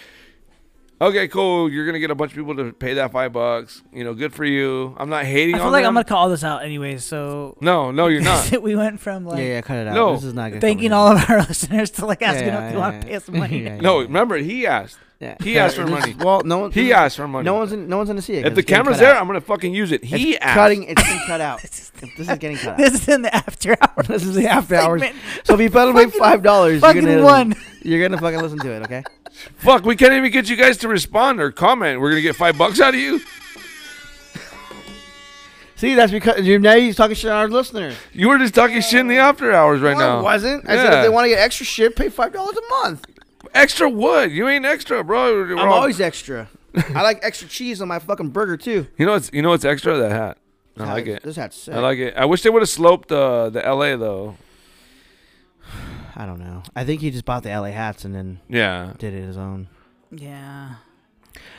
okay, cool. You're gonna get a bunch of people to pay that five bucks. You know, good for you. I'm not hating
I feel
on
like I'm
them.
gonna call this out anyways. So
no, no, you're not.
we went from like
yeah, yeah, cut it out.
No.
this is not a good.
thanking
conversation.
all of our listeners to like
Yeah,
asking
yeah,
if they
yeah,
want
yeah.
to pay us money.
Yeah, yeah,
No,
yeah.
remember he asked.
Yeah.
He asked for
This-
money.
Well, no one.
He asked for money.
No one's. In, no one's gonna see it. 'cause
if the
it's getting
camera's
cut
there,
out.
I'm gonna fucking use it.
It's
He asked.
cutting. It's been cut out. this is getting cut out.
This is in the after hours.
This is the after hours.
segment.
So if you put away
Fucking-
five dollars, you're
fucking
gonna
one.
You're gonna fucking listen to it, okay?
Fuck, we can't even get you guys to respond or comment. We're gonna get five bucks out of you.
See, that's because you're now you're talking shit on our listeners.
You were just talking shit in the after hours right
No, I
now.
wasn't. I said
Yeah.
if they want to get extra shit, pay five dollars a month.
extra wood. You ain't extra, bro. We're
I'm
all-
always extra. I like extra cheese on my fucking burger too.
You know it's you know it's extra that hat. I
This
like
hat-
it.
This hat's sick.
I like it. I wish they would have sloped uh, the the L.A. though.
I don't know. I think he just bought the LA hats and then
Yeah.
did it his own.
Yeah,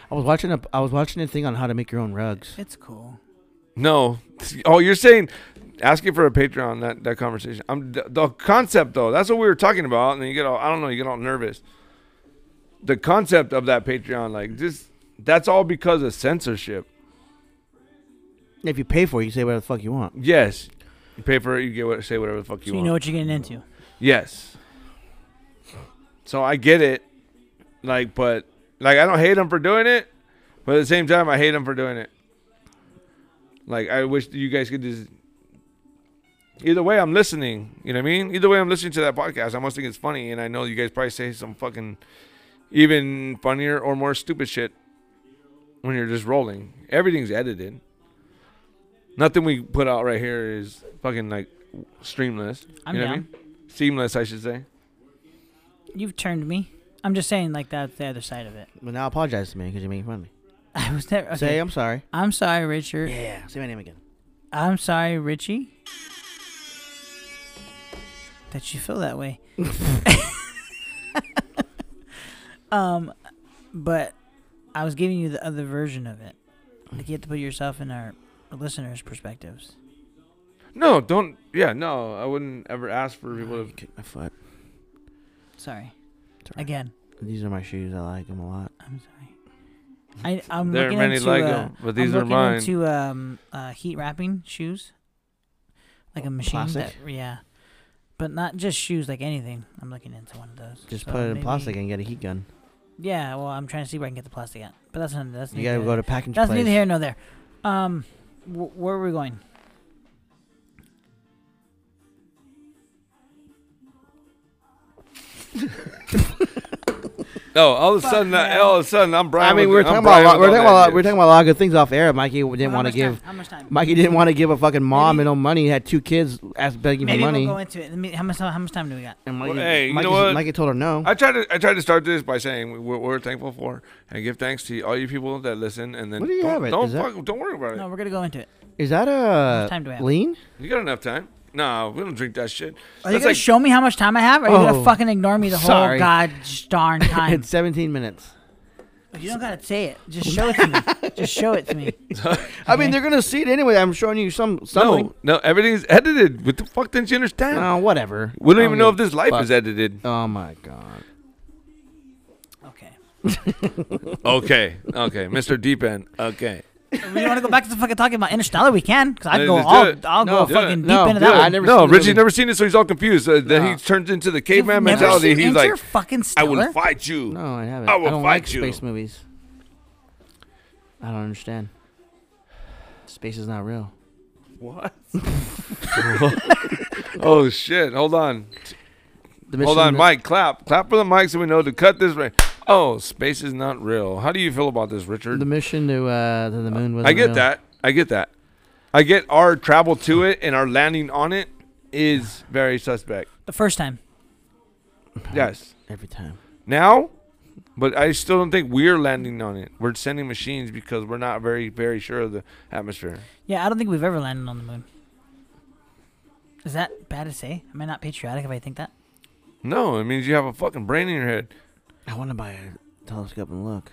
I was watching a I was watching a thing on how to make your own rugs.
it's cool.
No. Oh, you're saying asking for a Patreon that that conversation. I'm the, the concept though. That's what we were talking about, and then you get all I don't know. You get all nervous. The concept of that Patreon, like just that's all because of censorship.
If you pay for it, you can say whatever the fuck you want.
Yes. You pay for it. You get what say whatever the fuck you
so you
want.
know what you're getting into.
Yes. So I get it. Like, but like I don't hate him for doing it, but at the same time I hate him for doing it. Like I wish that you guys could just Either way, I'm listening. You know what I mean? Either way, I'm listening to that podcast. I must think it's funny, and I know you guys probably say some fucking even funnier or more stupid shit when you're just rolling. Everything's edited. Nothing we put out right here is fucking like streamless.
I'm
you know what I
down.
mean? Seamless, I should say.
You've turned me. I'm just saying, like that's the other side of it.
But now apologize to me because you're making fun of me.
I was never. Okay.
Say I'm sorry.
I'm sorry, Richard.
Yeah. Say my name again.
I'm sorry, Richie. That you feel that way. um, but I was giving you the other version of it. Like you have to put yourself in our listeners' perspectives.
No, don't. Yeah, no, I wouldn't ever ask for people
You
to.
kicked my foot.
Sorry,
It's all right.
again.
These are my shoes. I like them a lot.
I'm sorry. I, I'm
There are
looking
many
into,
like
uh,
them, but these
I'm
are
looking
mine.
Into um, uh, heat wrapping shoes, like a machine.
Oh, Plastic?
that- yeah, but not just shoes, like anything. I'm looking into one of those.
Just
So
put it in
Uh, maybe-
plastic and get a heat gun.
Yeah, well, I'm trying to see where I can get the plastic at, but that's not that's
You
neither-
gotta go to package
that's
place.
neither here nor there. Um, wh- where are we going?
No, all of a sudden,
Fuck,
uh,
man.
all of a sudden, I'm Brian.
I mean,
with-
we're
I'm
talking
Brian
about a lot,
with
we're talking
all
about a lot,
that
we're
shit.
talking about a lot of good things off air. Mikey didn't
How
want to
much time?
give.
How much time?
Mikey didn't want to give a fucking mom
Maybe-
and no money. Had two kids, asked begging
Maybe
for money.
we'll go into it. Let me- How much how much time do we got?
and Mikey,
Well, hey, you
Mikey,
know what?
Mikey told her no.
I tried to I tried to start this by saying what we're thankful for and give thanks to all you people that listen and then
What do you
not
have it?
don't
Is that-
fuck- don't worry about it.
No, we're gonna go into it.
Is that
much time do we
a
have?
lean?
You got enough time. No, we don't drink that shit.
Are you
That's
gonna
like
show me how much time I have? Or are you
Oh,
gonna fucking ignore me the
sorry.
whole god darn time?
It's 17 minutes.
you don't gotta say it. Just show it to me. Just show it to me.
I mean, they're gonna see it anyway. I'm showing you some.
no,
some
no, everything's edited. What the fuck didn't you understand?
Oh, whatever.
we don't
I
even know if
give
this life
a
is
fuck.
edited.
Oh my god.
Okay.
okay, okay, Mr. Deep End. Okay,
If we want to go back to fucking talking about Interstellar, we can. Cause I'd
Let's
go
do
all,
it.
I'll
No,
go
do
fucking
it.
deep
No,
into
do
that.
it.
one.
I've never
no,
seen the
Richie's
movie.
never seen it, so he's all confused. Uh, Then
No.
he turns into the
You've
caveman
never
mentality.
seen
He's like,
Inter- fucking
I
stellar?
will fight you.
No, I haven't.
I
I,
will
don't
fight
like
you.
space movies. I don't understand. Space is not real.
What? oh shit! Hold on,
The
hold
mission
on,
that-
Mike. Clap, clap for the mic so we know to cut this right. Oh, space is not real. How do you feel about this, Richard?
The mission to uh, to the moon was.
I get that. I get that. I get our travel to it and our landing on it is very suspect.
The first time.
Yes.
Every time.
Now, but I still don't think we're landing on it. We're sending machines because we're not very, very sure of the atmosphere.
Yeah, I don't think we've ever landed on the moon. Is that bad to say? Am I not patriotic if I think that?
No, it means you have a fucking brain in your head.
I want to buy a telescope and look.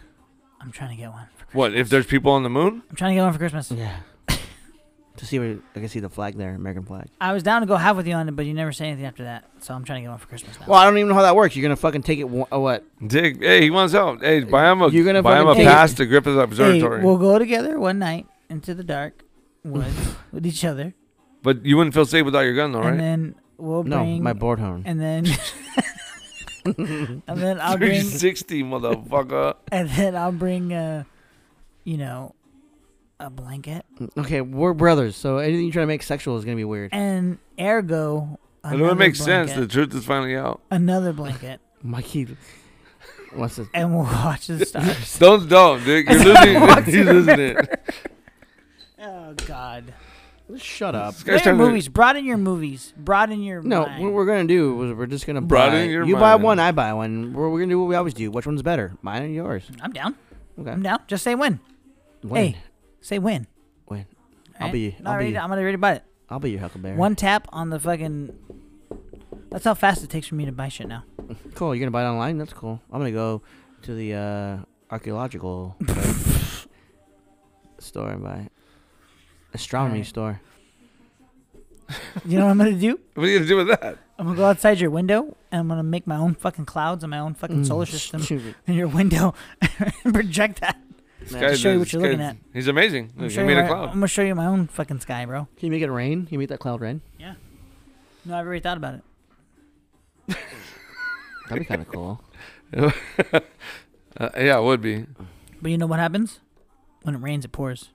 I'm trying to get one. For Christmas.
What if there's people on the moon?
I'm trying to get one for Christmas.
Yeah. to see where I can see the flag there, American flag.
I was down to go half with you on it, but you never say anything after that. So I'm trying to get one for Christmas now.
Well, I don't even know how that works. You're gonna fucking take it. Wa- uh, what?
Dick, hey, he wants help. Hey, buy him a
You're gonna
buy him a
fucking-
pass to Griffith
Hey,
Observatory.
we'll go together one night into the dark woods with each other,
but you wouldn't feel safe without your gun, though,
and
right?
then we'll
No,
bring
my board horn.
and then and then I'll bring
360, motherfucker.
and then I'll bring uh you know a blanket
Okay, we're brothers, so anything you try to make sexual is gonna be weird.
and ergo
And it would make sense. The
blanket-
truth is finally out.
another blanket
Mikey, what's this?
and we'll watch the stars.
Don't, don't, dude. You're
Walk to
losing, you're losing it.
oh God!
Shut up.
This guy's
Bring your
trying to-
movies. Broaden your movies. Broaden your
No,
mind.
what we're gonna do is we're just gonna
Broaden
buy.
your
you buy
mind.
one, I buy one. We're, we're gonna do what we always do. Which one's better, mine or yours?
I'm down.
Okay.
I'm down. Just say when.
When?
Hey, say when.
When?
Alright?
be-
No,
I'll
I already-
be-
I'm gonna read about it.
I'll be your huckleberry.
One tap on the fucking. That's how fast it takes for me to buy shit now.
Cool. You're gonna buy it online. That's cool. I'm gonna go to the uh, archaeological store and buy it. Astronomy
Alright.
store.
You know what I'm gonna do?
What are you gonna do with that?
I'm gonna go outside your window and I'm gonna make my own fucking clouds and my own fucking
Mm,
solar system
stupid.
in your window and project that.
This
Man,
guy's-
show you what
this
you're looking
guy's-
at.
He's amazing.
I'm
Look, he
sure
made
you're
a
right. I'm
cloud.
gonna show you my own fucking sky, bro.
Can you make it rain? Can you make that cloud rain?
No, I've already thought about it.
That'd be kind of cool.
Uh, yeah, it would be.
But you know what happens? When it rains, it pours.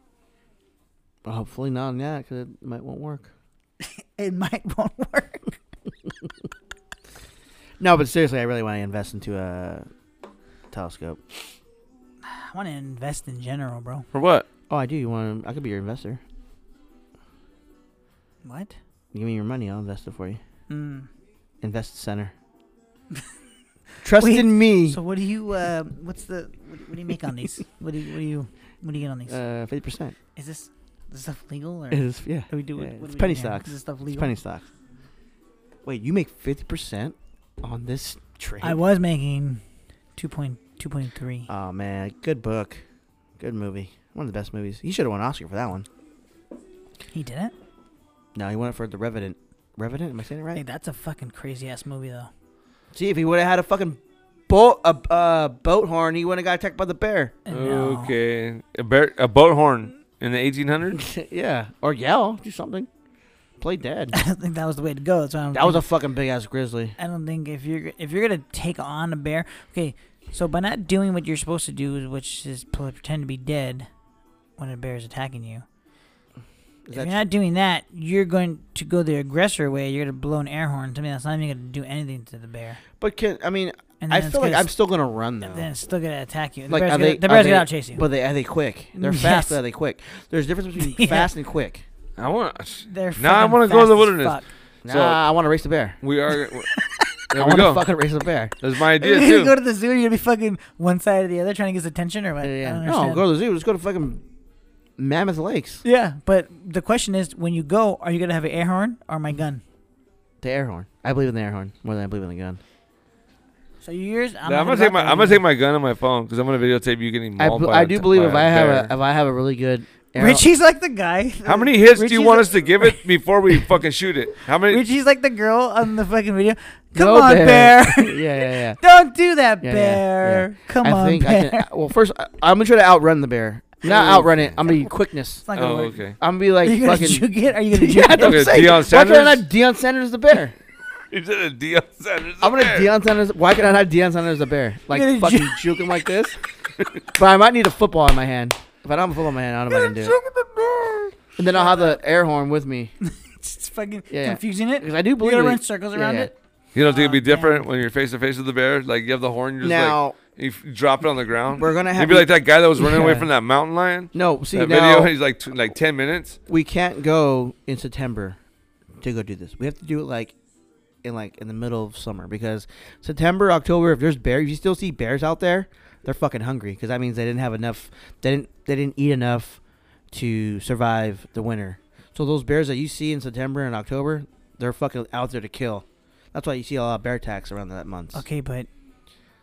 But hopefully not on that, 'cause it might won't work.
It might won't work.
No, but seriously, I really want to invest into a telescope.
I want to invest in general, bro.
For what?
Oh, I do. You want? I could be your investor.
What?
Give me your money. I'll invest it for you.
Mm.
Invest center. Trust
Wait,
in me.
So what do you? Uh, what's the? What, what do you make on these? what do you? What do you? What do you get on these?
Uh, fifty percent.
is this is this stuff legal or?
It is. Yeah.
Are we doing?
yeah,
what are
it's
we
penny
doing here?
stocks.
Is this stuff
It's
legal?
penny stocks. Wait, you make fifty percent on this trade?
I was making two point two point three.
Oh man, good book, good movie. One of the best movies. He should have won an Oscar for that one.
he did it.
No, he won it for The Revenant. Revenant? Am I saying it right?
Hey, that's a fucking crazy ass movie though.
See, if he would have had a fucking boat a uh, boat horn, he wouldn't have got attacked by the bear.
And now-
Okay. A, bear, a boat horn in the 1800s?
yeah, or yell, do something. Play dead.
I don't think that was the way to go. That's why I'm.
that was a fucking big ass grizzly.
I don't think if you're if you're gonna take on a bear, okay. So by not doing what you're supposed to do, which is pl- pretend to be dead when a bear is attacking you,
Is
if
that
you're not doing that, you're going to go the aggressor way. You're gonna blow an air horn. To me, that's not even gonna do anything to the bear.
but can I mean?
And
I
it's
feel like
gonna
I'm
s-
still gonna run though.
then it's still gonna attack you. The
Like,
bear's
are
gonna,
they-
the
are
bear's
they-
gonna out chase you.
But they are they quick? They're
Yes.
fast, but are they quick? There's a difference between
Yeah.
fast and quick.
I want.
They're
Nah, I
fucking
wanna go to the
fast as
wilderness.
fuck.
Nah,
So-
I want to race the bear.
We are.
I
There we
want to
go.
fucking race the bear.
That's my
You're
idea,
gonna go
too.
to the zoo. You're gonna be fucking one side or the other, trying to get his attention, or what?
Yeah, yeah.
I don't
No,
understand.
go to the zoo. Let's go to fucking Mammoth Lakes.
yeah, but the question is, when you go, are you gonna have an air horn or my
Mm-hmm.
gun?
The air horn. I believe in the air horn more than I believe in the gun.
So yours, I'm,
Nah, I'm,
not
gonna take my
about
I'm
that.
gonna take my gun and my phone because I'm gonna videotape you getting
I,
mauled
bel-
by
I
a
do
t-
believe
by
if I have
bear.
a um, if I have a really good air
Richie's like the guy.
How many hits do
Richie's
you want
a-
us to give it before we fucking shoot it? How many?
Richie's like the girl on the fucking video. Come
Go,
on,
bear.
bear.
yeah, yeah, yeah.
Don't do that,
Yeah, yeah,
bear. Come
I
on,
think
bear.
I can. Well, first I, I'm gonna try to outrun the bear. Not
Ooh.
outrun it. I'm gonna be quickness.
it's not gonna
oh,
work.
okay.
I'm gonna be like
Are you gonna
fucking.
juke it? Are you gonna
yeah,
juke
that's
it?
Okay, Deion
what I'm saying. Why could I not
Sanders?
Deion Sanders the bear?
You did a Deion Sanders.
I'm gonna
there.
Deion Sanders. Why could I not Deion Sanders the bear? Like
You're gonna
fucking juke him like this. but I might need a football in my hand. If I don't have a football in my hand, I don't know if I can do it.
Juke the bear.
And then I'll have the air horn with me
It's fucking
Yeah, yeah.
confusing it.
because I do
You
believe.
gotta
it-
run circles
yeah,
around
yeah.
it.
You don't think it'd be
Oh, damn.
different when you're face to face with the bear? Like you have the horn, you're just
Now
like you f- drop it on the ground.
we're gonna have
You'd be like that guy that was running away
Yeah.
from that mountain lion.
No, see
that
now
video, he's like t- like ten minutes.
we can't go in September to go do this. We have to do it like in like in the middle of summer because September, October, if there's bears, if you still see bears out there, they're fucking hungry because that means they didn't have enough. They didn't they didn't eat enough to survive the winter. So those bears that you see in September and October, they're fucking out there to kill. That's why you see a lot of bear attacks around that month.
Okay, but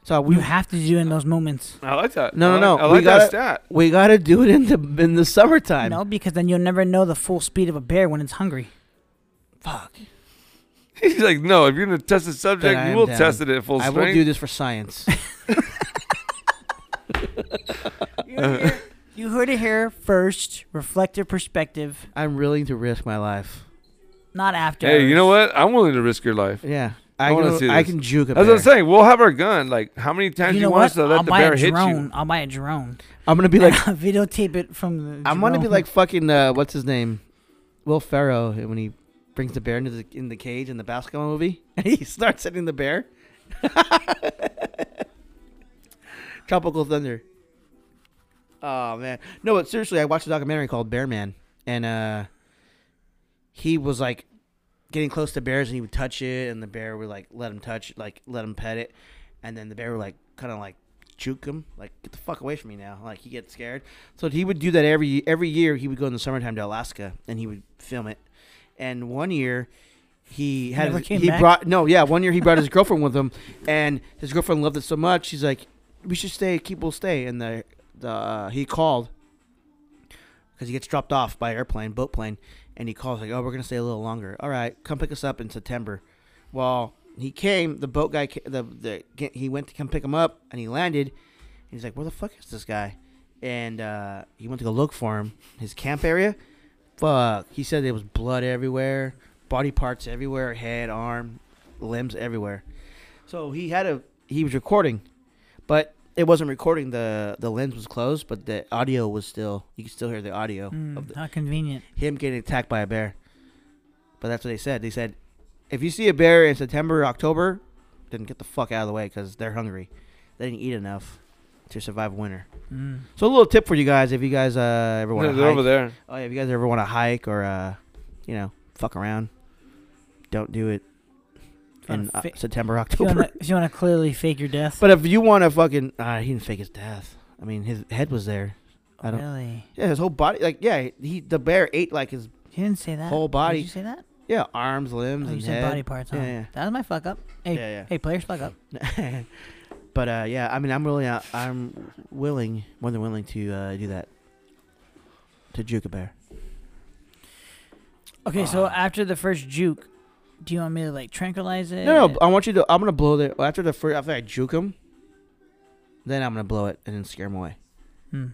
So
you
we
have to do in those moments.
I like that.
No,
I
no,
like-
no.
I
We
like
gotta-
that stat.
we gotta do it in the in the summertime.
No, because then you'll never know the full speed of a bear when it's hungry.
fuck.
He's like, no, if you're gonna test the
I
subject,
am
you will
down.
test it at full
I
strength.
will do this for science.
You heard it here first. Reflective perspective,
I'm willing to risk my life.
not after.
Hey, you know
hours.
what? I'm willing to risk your life.
Yeah.
I
I
wanna see
can, I
this.
can juke a
That's
bear.
what I'm saying. We'll have our gun. Like, how many times
you
you,
know
want
what?
us to let
I'll
the
buy
bear
a
hit
drone.
you?
I'll buy a drone.
I'm gonna be like
I'll videotape it from the.
I'm gonna be
drone.
like fucking uh, what's his name, Will Ferrell eh, when he brings the bear into the in the cage in the basketball movie and he starts hitting the bear. Tropical Thunder. Oh man, no, but seriously, I watched a documentary called Bear Man, and uh, he was like getting close to bears and he would touch it, and the bear would like let him touch, like let him pet it, and then the bear would like kind of like juke him, like get the fuck away from me now, like he gets scared. So he would do that every every year. He would go in the summertime to Alaska and he would film it. And one year, he had
Never came
he
back?
brought no yeah one year he brought his girlfriend with him, and his girlfriend loved it so much she's like we should stay keep we'll stay and the the uh, he called because he gets dropped off by airplane boat plane and he calls like oh we're gonna stay a little longer all right come pick us up in September. Well he came the boat guy ca- the the he went to come pick him up and he landed. He's like where the fuck is this guy? And uh, he went to go look for him his camp area. Fuck. He said there was blood everywhere, body parts everywhere, head, arm, limbs everywhere. So he had a he was recording, but it wasn't recording. the The lens was closed, but the audio was still. You could still hear the audio
Mm,
of the,
how convenient.
him getting attacked by a bear. But that's what they said. They said, if you see a bear in September, or October, then get the fuck out of the way because they're hungry. They didn't eat enough to survive winter.
Mm.
So a little tip for you guys if you guys uh, ever want
No,
to.
they're over there.
Oh yeah, if you guys ever want to hike or uh, you know, fuck around, don't do it
If you wanna
in uh,
fa-
September,
if you
October.
wanna- if you want to clearly fake your death,
but if you want to fucking, uh, he didn't fake his death. I mean, his head was there. I don't.
really,
Yeah, his whole body. Like, yeah, he the bear ate like his
you didn't say that.
Whole body.
Did you say that?
yeah arms, limbs,
Oh, you
and
said
head.
body parts. Huh?
Yeah, yeah.
That was my fuck up. Hey,
Yeah,
hey, players, fuck up.
yeah. but uh, yeah, I mean, I'm really, uh, I'm willing, more than willing to uh, do that. To juke a bear.
Okay, so
Ah.
after the first juke, do you want me to like tranquilize it?
No, no, I want you to. I'm gonna blow the after the first after I juke him. Then I'm gonna blow it and then scare him away.
Hmm.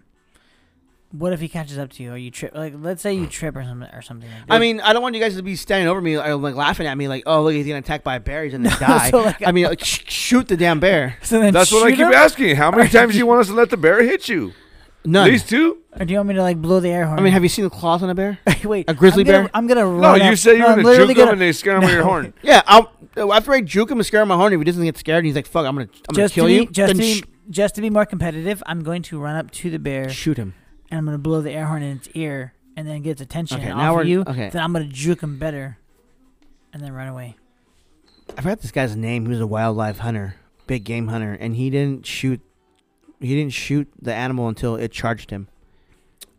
What if he catches up to you? Or you trip? Like, let's say you trip or something, or something. Like that.
Hmm. I mean, I don't want you guys to be standing over me or like laughing at me, like, "Oh, look, he's getting attacked by a bear, he's gonna die."
so, like,
I mean, like, sh- shoot the damn bear.
so then
That's what I
shoot
keep
him?
asking. How many times do you want us to let the bear hit you?
None.
At least two.
Or do you want me to like blow the air horn?
I mean, have you seen the claws on a bear?
wait,
a grizzly
I'm gonna,
bear?
I'm gonna
No,
run.
you
up-
said you
no,
were
I'm
gonna
literally
juke them
gonna-
and they scare him with your
No.
horn.
yeah, I'll Uh, after I juke him and scare him my horn. If he doesn't get scared, and he's like, "Fuck, I'm gonna, I'm
just
gonna kill
to be,
you."
Just
then
to, be,
sh-
just to be more competitive, I'm going to run up to the bear
shoot him.
and I'm gonna blow the air horn in its ear and then get its attention
Okay,
and
now
offer
we're
you.
okay.
Then I'm gonna juke him better, and then run away.
I forgot this guy's name. He was a wildlife hunter, big game hunter, and he didn't shoot. He didn't shoot the animal until it charged him.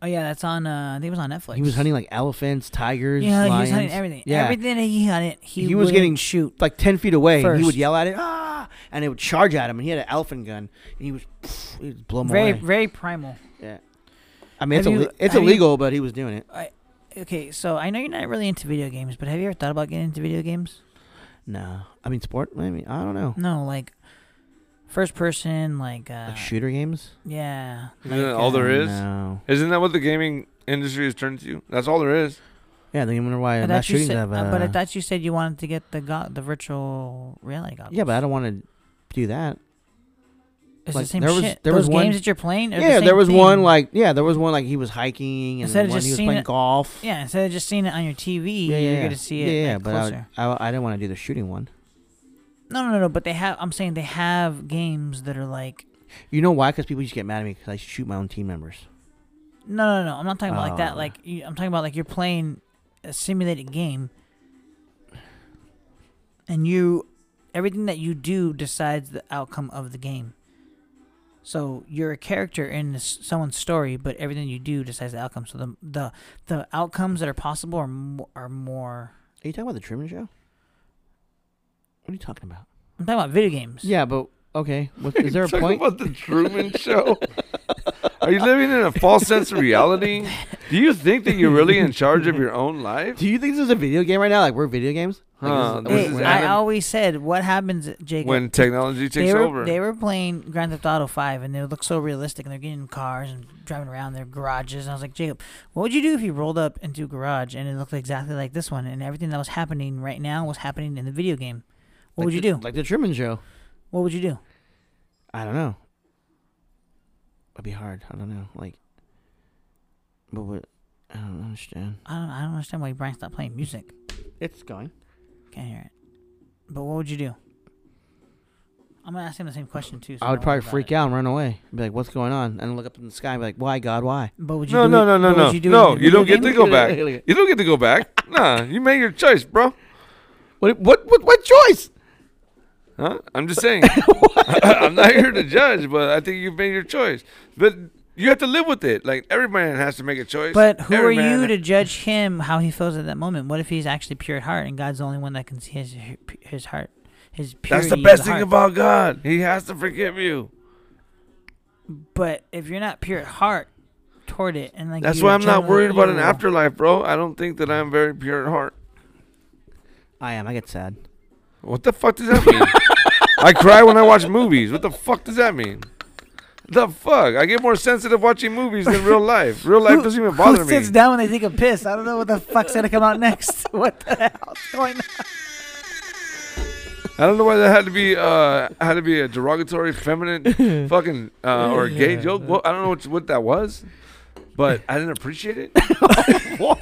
Oh yeah, that's on. Uh, I think it was on Netflix.
He was hunting like elephants, tigers,
Yeah, he
lions.
was hunting everything.
Yeah.
everything that he hunted, he,
He was
wouldn't
getting-
shoot.
like ten feet away, and he would
First.
yell at it, ah, and it would charge at him. And he had an elephant gun, and he was, he would blow him
Very,
away.
very primal.
I mean, it's,
have you-
illi- it's
have you-
illegal, but he was doing it.
Okay, so I know you're not really into video games, but have you ever thought about getting into video games?
No, I mean sport. I mean, I don't know,
No, like first person, like uh,
like shooter games.
yeah.
Isn't that all there is?
No.
Isn't that what the gaming industry has turned to? That's all there is.
Yeah, then you wonder why I'm
I thought
not
you
shooting
said-
them.
uh, but I
uh,
thought you said you wanted to get the go- the virtual reality goggles.
yeah, but I don't want to do that.
It's
like,
the same
there was-
shit.
there was
Those
one-
games that you're playing. Are
yeah,
the
there
same
was one
thing.
like yeah, there was one like he was hiking and
Instead of
one
just
he was
seeing
playing
it-
golf.
yeah. Instead of just seeing it on your TV,
yeah, yeah,
you're
yeah.
gonna see it.
Yeah, yeah,
like,
but
closer.
I, would- I I didn't want to do the shooting one.
no, no, no, no. But they have. I'm saying they have games that are like.
You know why? Because people used to get mad at me because I shoot my own team members.
No, no, no. I'm not talking about like that.
Oh.
Like you, I'm talking about like you're playing a simulated game, and you, everything that you do decides the outcome of the game. So you're a character in this, someone's story, but everything you do decides the outcome. So the the the outcomes that are possible are mo- are more.
Are you talking about the Truman Show? What are you talking about?
I'm talking about video games.
Yeah, but okay. What, is there a
Talk
point?
about the Truman Show? Are you living in a false sense of reality? Do you think that you're really in charge of your own life?
Do you think this is a video game right now? Like we're video games? Like,
Huh,
this
this
is-
Hey,
is
we're-
I
Adam-
always said, what happens, Jacob?
When technology takes
they were,
over.
They were playing Grand Theft Auto Five, and they look so realistic, and they're getting in cars and driving around their garages. And I was like, Jacob, what would you do if you rolled up into a garage and it looked exactly like this one, and everything that was happening right now was happening in the video game? What
Like
would you
the-
do?
Like the Truman Show.
What would you do?
I don't know. It'd be hard. I don't know. Like, but what? I don't understand.
I don't, I don't understand why Brian stopped playing music.
It's going.
Can't hear it. But what would you do? I'm gonna ask him the same question too.
I would probably freak out and run away. Be like, "What's going on?" And look up in the sky, and be like, "Why, God, why?"
But would you
No,
do
no,
it-
no, no,
but would
no.
you do it
No,
in-
you don't get to go back.
Look at-
You don't get to go back. nah, you made your choice, bro.
What? What? What? What choice?
Huh? I'm just saying. I'm not here to judge, but I think you've made your choice. But you have to live with it. Like every man has to make a choice.
But who
Every
are you
man-
to judge him how he feels at that moment? What if he's actually pure at heart and God's the only one that can see his his heart, his purity.
That's the
of
best thing
heart?
about God. He has to forgive you.
But if you're not pure at heart toward it, and like
That's
you're
why I'm not
generally
worried about an
evil-
afterlife, bro. I don't think that I'm very pure at heart.
I am. I get sad.
What the fuck does that mean? I cry when I watch movies. What the fuck does that mean? The fuck? I get more sensitive watching movies than real life. Real life
Who-
doesn't even bother
who
me.
sits down when they take a piss? I don't know what the fuck's gonna come out next. What the hell's going on?
I don't know why that had to be uh had to be a derogatory, feminine, fucking uh, or a gay joke. Well, I don't know what, what that was, but I didn't appreciate it
what?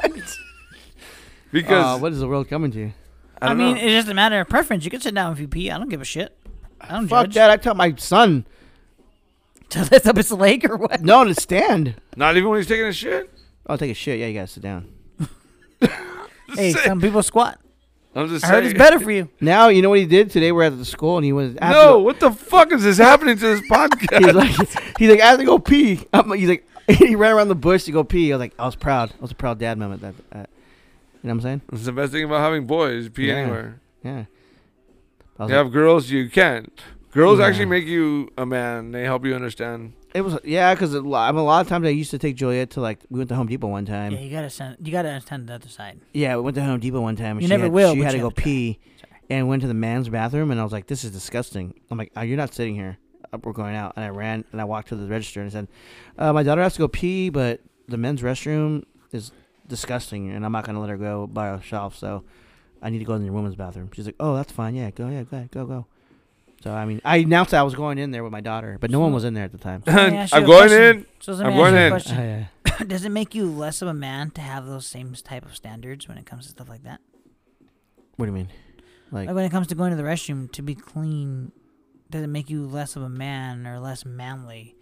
because
Uh, what is the world coming to?
I,
Uh, I,
don't
mean,
know.
it's just a matter of preference. You can sit down if you pee. I don't give a shit. I don't
Fuck
judge.
that! I tell my son
To lift up his leg or what?
no to stand.
not even when he's taking a shit.
I'll take a shit. Yeah, you gotta sit down.
Hey,
Say-
some people squat.
I'm just
I
saying.
heard it's better for you.
Now you know what he did today. We're at the school, and he was I have to
No,
go-
what the fuck is this happening to this
He's
podcast?
like, he's like, I have to go pee. I'm, like- he's like, he ran around the bush to go pee. I was like, I was proud. I was a proud dad moment. That, uh, you know what I'm saying?
It's the best thing about having boys. Pee
Yeah.
anywhere.
Yeah. I was
You
like,
have girls, you can't. Girls
Yeah.
actually make you a man. They help you understand.
it was yeah, because I'm a lot of times I used to take Juliet to like we went to Home Depot one time.
Yeah,
Yeah,
you gotta send, you gotta understand the other side.
we went to Home Depot one time. And
You
she
never
had,
will,
She
but
had to
you
go
have to try.
pee,
Sorry.
and went to the man's bathroom, and I was like, this is disgusting. I'm like, oh, you're not sitting here. Uh, We're going out, and I ran and I walked to the register and I said, uh, my daughter has to go pee, but the men's restroom is disgusting, and I'm not gonna let her go by herself. So I need to go in the women's bathroom. She's like, oh, that's fine. Yeah, go, yeah, go, ahead, go, go. So I mean, I announced that I was going in there with my daughter, but no one was in there at the time.
Let me ask you
I'm
a
going
question.
in.
So let me
I'm
ask you
going
a
in.
Uh,
question.
yeah.
Does it make you less of a man to have those same type of standards when it comes to stuff like that?
What do you mean? Like,
Like when it comes to going to the restroom to be clean, does it make you less of a man or less manly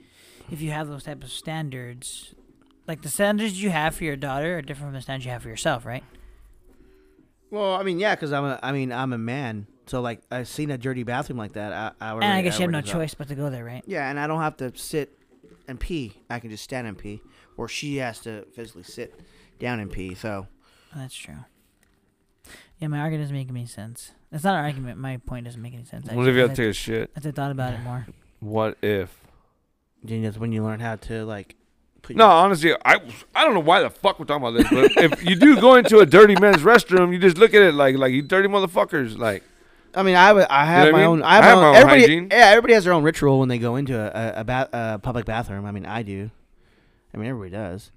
if you have those type of standards? Like the standards you have for your daughter are different from the standards you have for yourself, right?
well, I mean, yeah, because I'm a, I mean, I'm a man. So like, I've seen a dirty bathroom like that. I, I
and I
already-
guess you have no
already felt-
choice but to go there, right?
Yeah, and I don't have to sit and pee. I can just stand and pee, or she has to physically sit down and pee. So
That's true. Yeah, my argument doesn't make any sense. It's not an argument. My point doesn't make any sense.
What if you have
actually,
to take a shit?
as I- as I thought about it more.
What if?
then that's when you learn how to like. Put
No,
your-
honestly, I I don't know why the fuck we're talking about this, but if you do go into a dirty men's restroom, you just look at it like like you dirty motherfuckers. Like
I mean, I would- I have
know what
my
I mean?
own. I have, my own. everybody,
hygiene.
Yeah, everybody has their own ritual when they go into a a, a, ba- a public bathroom. I mean, I do. I mean, everybody does.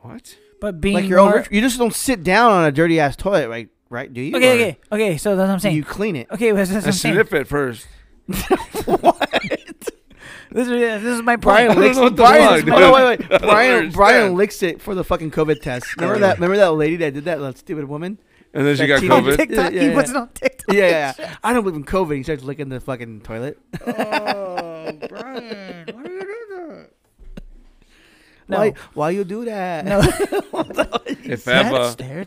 what?
But being
like your own.
more,
Rit- you just don't sit down on a dirty ass toilet, right? Right? Do you?
okay,
Or
okay, okay. So that's what I'm
Do
saying.
you clean it?
okay, well, that's what
I
I'm saying.
sniff it first.
This is this is my
Brian
point.
don't
licks.
know what the
Brian,
fuck,
wait, wait,
dude. I don't
wait, wait. Brian,
understand.
Brian licks it for the fucking COVID test. Remember that? Remember that lady that did that? That stupid woman.
And then she got
That teenage-
COVID.
TikTok.
Yeah,
he
yeah.
wasn't on TikTok.
Yeah, yeah, yeah. I don't believe in COVID. He starts licking the fucking toilet.
Oh, Brian, what are you doing?
No.
Why? Why you do that?
No.
If
That's
ever,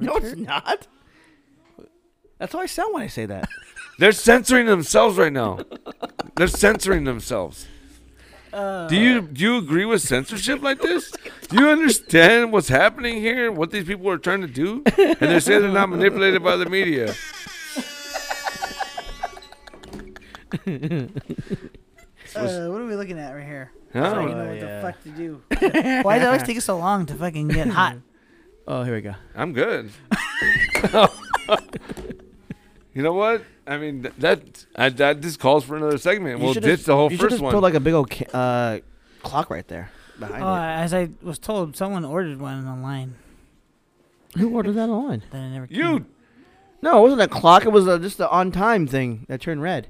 No, it's
Richard.
not. That's how I sound when I say that.
they're censoring themselves right now. They're censoring themselves.
Uh,
Do you do you agree with censorship like this? Do you understand what's happening here? What these people are trying to do? And they're saying they're not manipulated by the media.
uh, what are we looking at right here?
Huh?
So you
Oh,
know what
yeah.
the fuck to do. Why does it always take us so long to fucking get hot?
Oh, here we go.
I'm good. you know what? I mean th- that I, that just calls for another segment.
You
we'll
should
ditch
just-
the whole
you should
first
just
one.
Put like a big old ca- uh, clock right there behind
Oh, as I was told, someone ordered one online
it. Who ordered that on?
that I never.
you
No, it wasn't a clock. It was uh just the on time thing that turned red.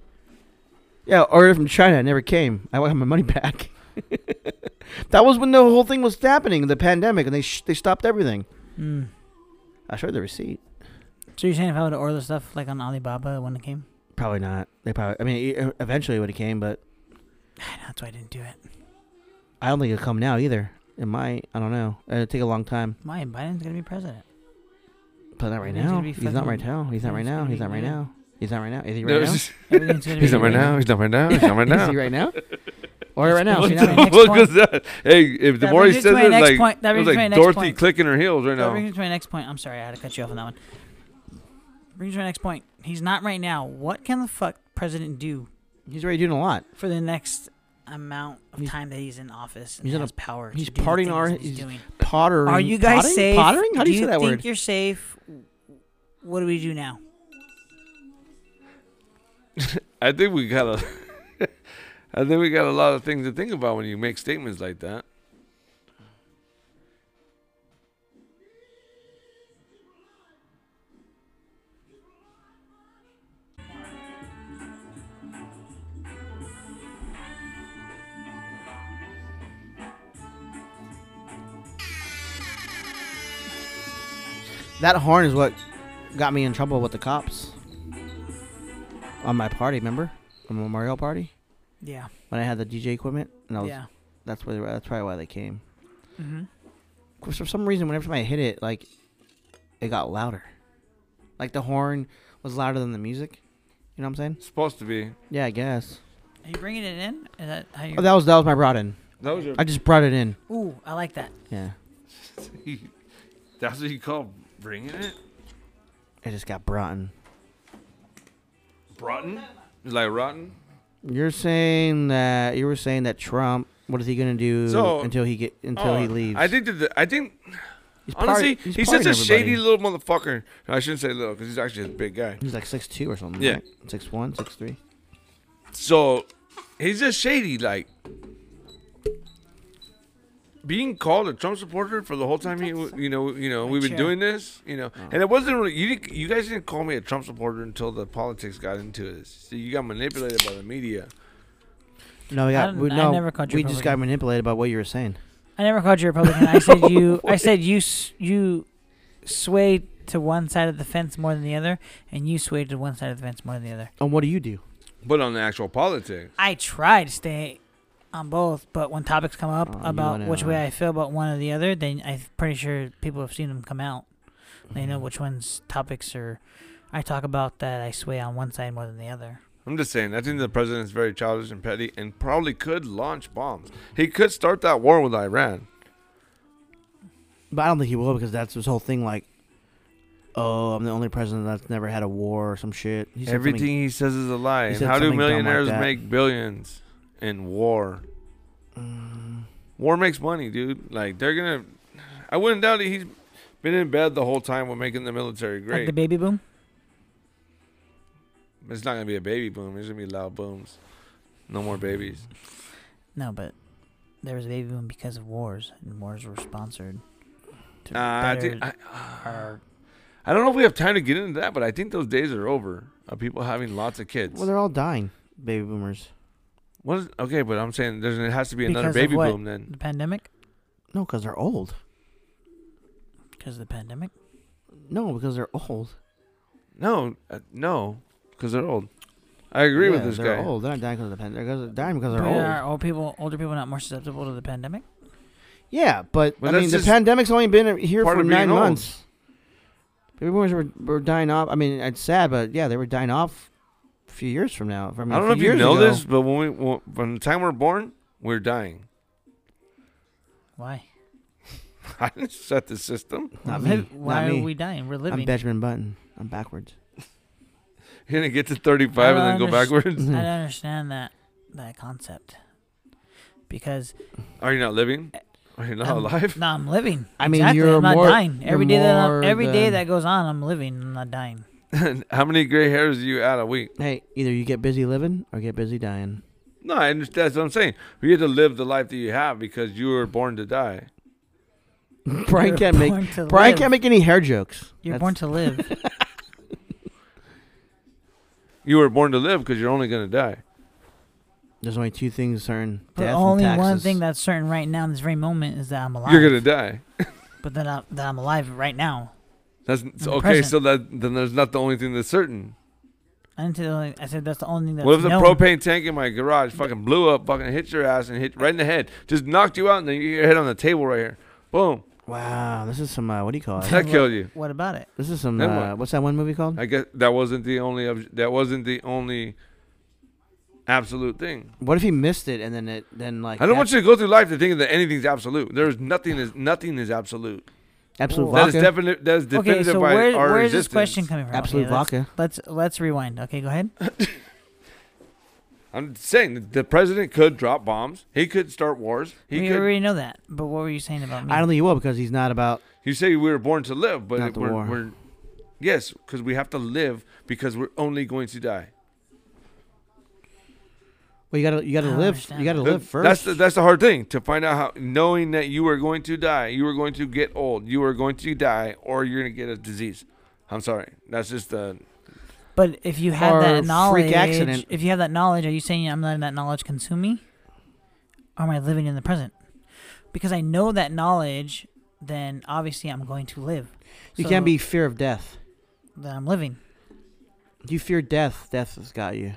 Yeah, ordered from China. It never came. I want my money back. that was when the whole thing was happening, the pandemic, and they sh- they stopped everything.
Mm.
I showed the receipt.
So you're saying if I would order stuff like on Alibaba when it came?
Probably not. They probably. I mean, e- eventually when it came, but
I know, that's why I didn't do it.
I don't think it'll come now either. It might. I don't know. It'll take a long time.
Why Biden's gonna be president?
But not right
He's gonna
now.
be
He's not right
fucking-
now. He's not right
he's
now.
gonna
He's
be
not right
good.
now. He's not right now. Is he right now?
Everything's gonna be
He's not right now. He's not right now. He's not right
Is
now.
he right now? Or right now?
What
He's
See,
not
now
the
right
I-
now. next
fuck
point.
was that? Hey, if the
That
more he
brings
says
me to my
it,
next
like,
point. That
it was
brings me to my
like
next
Dorothy
point.
clicking her heels right
That
now.
brings me to my next point. I'm sorry, I had to cut you off on that one. Brings me to my next point. He's not right now. What can the fuck president do
He's already doing a lot.
for the next amount of
He's-
time that he's in office and
he's in a-
has power?
he's
to do the
partying
things
our-
that he's
he's-
doing.
Pottering.
Are you guys
potting?
safe?
Pottering? How do you say that
think
word?
You're safe. What do we do now?
I think we got a. I think we got a lot of things to think about when you make statements like that.
That horn is what got me in trouble with the cops on my party. Remember, on my Mario party
Yeah.
when I had the DJ equipment, and I was
yeah.
that's where that's probably why they came.
Mm-hmm.
'Cause for some reason, whenever I hit it, like it got louder. Like the horn was louder than the music. You know what I'm saying?
supposed to be.
Yeah, I guess.
Are you bringing it in? Is that how you?
Oh, that was that was my brought in.
That was your.
I just brought it in.
Ooh, I like that.
Yeah,
that's what you call bringing it.
it just got brought in.
Broughton. Like rotten.
You're saying that you were saying that Trump. What is he gonna do
So-
until he get until he
Oh,
leaves?
I think that the, I think
He's part-
honestly
he's
he's such a
partying everybody.
shady little motherfucker. No, I shouldn't say little because he's actually a big guy.
He's like six two or something.
Yeah.
right? six one, six three.
So he's just shady. Like being called a Trump supporter for the whole time he, w- you know, you know, we've been
Sure.
doing this, you know,
Oh.
and it wasn't really. You, didn't- you guys didn't call me a Trump supporter until the politics got into this. So you got manipulated by the media.
No, we got
don't-
we,
I
no.
never caught your
we just got manipulated by what you were saying.
I never called you a Republican. I said you. I said you. s- You sway to one side of the fence more than the other, and you sway to one side of the fence more than the other.
And what do you do?
But on the actual politics,
I try to stay on both, but when topics come up
Oh, you
about
wanna-
which way I feel about one or the other, then I'm pretty sure people have seen them come out. They
Mm-hmm.
know which ones topics are. I talk about that I sway on one side more than the other.
I'm just saying. I think the president's very childish and petty, and probably could launch bombs. He could start that war with Iran.
But I don't think he will because that's his whole thing. Like, oh, I'm the only president that's never had a war or some shit. He said
Everything
something-
he says is a lie. And
said
how do
something dumb like
millionaires
that.
make billions in war?
"Mm."
War makes money, dude. Like they're gonna. I wouldn't doubt it. He's been in bed the whole time with making the military
Like
great.
the baby boom.
it's not gonna be a baby boom. It's gonna be loud booms. No more babies.
No, but there was a baby boom because of wars, and wars were sponsored. To
Uh, I,
better
think, I,
our-
I don't know if we have time to get into that, but I think those days are over. Of people having lots of kids.
Well, they're all dying, baby boomers.
What is, okay, but I'm saying there's, there has to be another
Because of
baby
what?
boom then.
the pandemic.
No, because they're old.
Because of the pandemic.
No, because they're old.
No, uh, no, because they're old. I agree with
Yeah,
this
they're
guy.
old. They're not dying because of the pandemic. They're 'cause- dying because they're
But
old.
Are old people, older people, not more susceptible to the pandemic?
Yeah, but
Well,
I
that's
mean, the
just
pandemic's only been here
part
for
of being
nine
old.
months. Baby boomers were, were dying off. I mean, it's sad, but yeah, they were dying off a few years from now. I, mean,
I don't know
a
if
few
you
years
know
ago.
this, but when we when, from the time we're born, we're dying.
Why?
I didn't set the system.
Not
Why-
me.
Why
not
are
me.
we dying? We're
I'm
living.
Benjamin Button. I'm backwards.
You're gonna get to 35 and then go
Uh,
underst-
backwards.
I
Mm-hmm.
don't understand that that concept because
Are you not living? Are you not
Um,
I'm,
alive?
No, I'm living.
I mean,
exactly.
you're
I'm not
more-
dying.
you're
Every day that I'm,
more
every day
than-
that goes on, I'm living. I'm not dying.
How many gray hairs do you add a week?
Hey, either you get busy living or get busy dying.
No, I understand. That's what I'm saying. You have to live the life that you have because you were born to die.
Brian
You're
can't make
born to
Brian
live.
can't make any hair jokes.
You're
That's-
born to live.
You were born to live because you're only gonna die.
There's only two things certain:
But
death
only
and taxes.
one thing that's certain right now in this very moment is that I'm alive.
You're gonna die.
But then I, that I'm alive right now.
That's so, okay.
present.
So that then there's not the only thing that's certain.
I didn't say the only, I said that's the only thing that's
what if the
known.
propane tank in my garage fucking blew up, fucking hit your ass and hit right in the head, just knocked you out, and then you hit your head on the table right here. Boom.
wow, this is some. Uh, what do you call it?
That killed you.
What about it?
This is some.
Then
Uh,
what?
what's that one movie called?
I guess that wasn't the only. Ob- that wasn't the only absolute thing.
What if he missed it and then it then like
I don't want you to go through life to think that anything's absolute. There's nothing is nothing is absolute.
absolute
That
vodka?
is definite. That is definitive
Okay, so
by
where,
our
where is
existence.
this question coming from?
absolute
okay, let's-
vodka.
Let's let's rewind. Okay, go ahead.
I'm saying that the president could drop bombs. He could start wars. He
we
could.
already know that. But what were you saying about me?
I don't think he will because he's not about.
You say we were born to live, but
Not
it-
the
we're,
war.
we're yes, because we have to live because we're only going to die.
Well, you gotta you
I
gotta
don't
live.
understand
You gotta
That-
live first.
That's the that's the hard thing to find out how knowing that you are going to die, you are going to get old, you are going to die, or you're gonna get a disease. I'm sorry, that's just the
but if you had
Or
that
freak
knowledge,
accident.
if you have that knowledge, are you saying I'm letting that knowledge consume me? Or am I living in the present? Because I know that knowledge, then obviously I'm going to live.
you
So
can't be fear of death.
Then I'm living.
You fear death. Death has got you.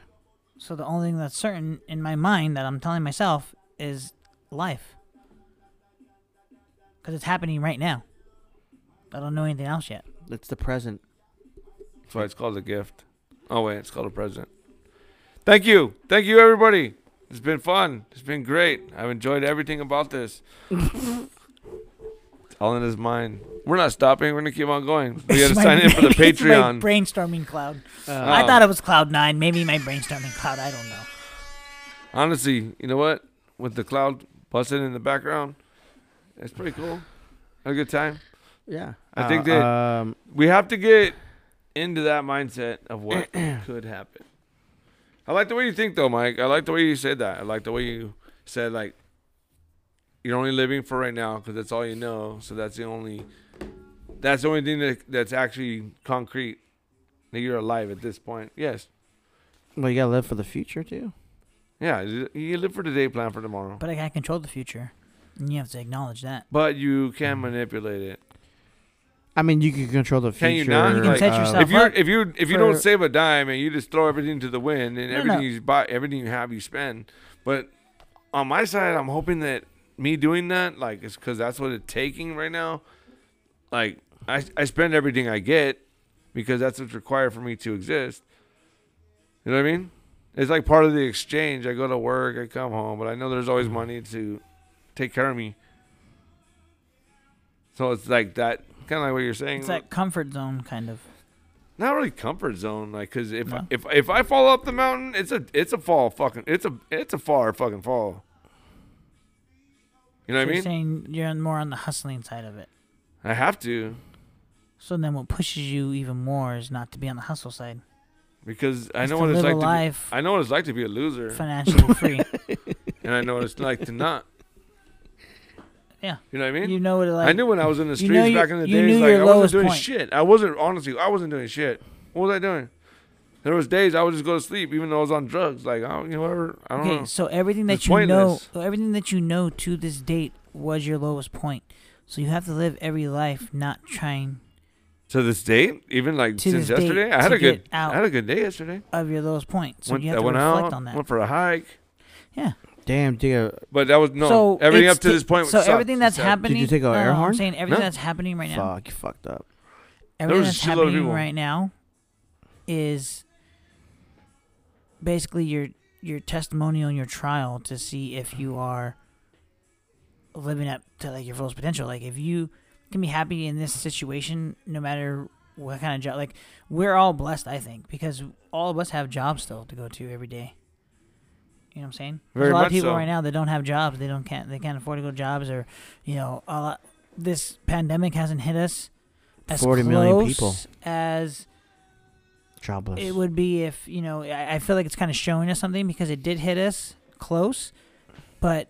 So the only thing that's certain in my mind that I'm telling myself is life. Because it's happening right now. I don't know anything else yet.
It's the present.
that's why it's called a gift. Oh wait, it's called a present. Thank you, thank you everybody. It's been fun. It's been great. I've enjoyed everything about this. It's All in his mind. We're not stopping. We're gonna keep on going. We gotta
It's my
sign in for the
brain- it's my
Patreon.
brainstorming cloud.
Uh,
Oh.
I thought it was cloud nine. Maybe my brainstorming cloud. I don't know.
Honestly, you know what? With the cloud busting in the background, it's pretty cool. Had a good time.
yeah.
I think
Uh,
that-
Um,
We have to get into that mindset of what could happen. I like the way you think, though, Mike. I like the way you said that. I like the way you said, like, you're only living for right now because that's all you know. So that's the only, that's the only thing that, that's actually concrete that you're alive at this point. Yes.
well, you gotta live for the future too.
Yeah. You you live for today, plan for tomorrow.
But I can't control the future. And you have to acknowledge that.
But you can manipulate it.
I mean, you can control the future. uh,
Can you not? You can
set
of-
yourself
if you
up
if you if you don't
for-
save a dime and you just throw everything to the wind and
No,
everything
no.
you buy everything you have you spend but on my side i'm hoping that me doing that like it's because that's what it's taking right now like I, I spend everything i get because that's what's required for me to exist you know what i mean it's like part of the exchange i go to work i come home but i know there's always money to take care of me so it's like that kind of like what you're saying
It's that comfort zone kind of.
not really comfort zone, like because if
No.
if if I fall up the mountain, it's a it's a fall, fucking it's a it's a far fucking fall. You know
so
what I
You're
mean?
saying you're on- more on the hustling side of it.
I have to
So then, what pushes you even more is not to be on the hustle side.
because I
It's
know
to
what it's
live
like
a
to be,
life
I know what it's like to be a loser,
financially free.
and I know what it's like to not.
Yeah.
You know what I mean?
You know what? Like,
I knew when I was in the
you
streets
know you-
back in the
you
days,
knew
like
your
I wasn't
lowest
doing
point.
shit. I wasn't honestly, I wasn't doing shit. What was I doing? There was days I would just go to sleep, even though I was on drugs. Like I don't, you know, whatever. I don't
Okay,
know.
so everything that
It's
you
pointless.
know, everything that you know to this date was your lowest point. So you have to live every life not trying
To this date, even like
To
since
this date,
yesterday, I
to
had a
get
good,
out.
I had a good day yesterday.
of your lowest point. So
went,
you have
I
to
went
reflect
out,
on that.
went for a hike.
Damn, did you,
But that was no
so
everything
it's
up to
ta-
this point.
So
sucked.
everything
It
that's
sucked.
happening.
take a
no, no,
air
no,
horn?
I'm saying everything
No.
that's happening right now.
fuck, you fucked up.
Everything
was a
that's
shitload of
happening
people.
right now is basically your your testimonial and your trial to see if you are living up to like your fullest potential. Like if you can be happy in this situation, no matter what kind of job. Like we're all blessed, I think, because all of us have jobs still to go to every day. You know what I'm saying? There's
Very
a lot
much
of people
so.
right now that don't have jobs. They don't can't they can't afford to go to jobs or you know a lot. This pandemic hasn't hit us as
40 million
close
people.
as
Jobless.
it would be if you know. I, I feel like it's kind of showing us something because it did hit us close, but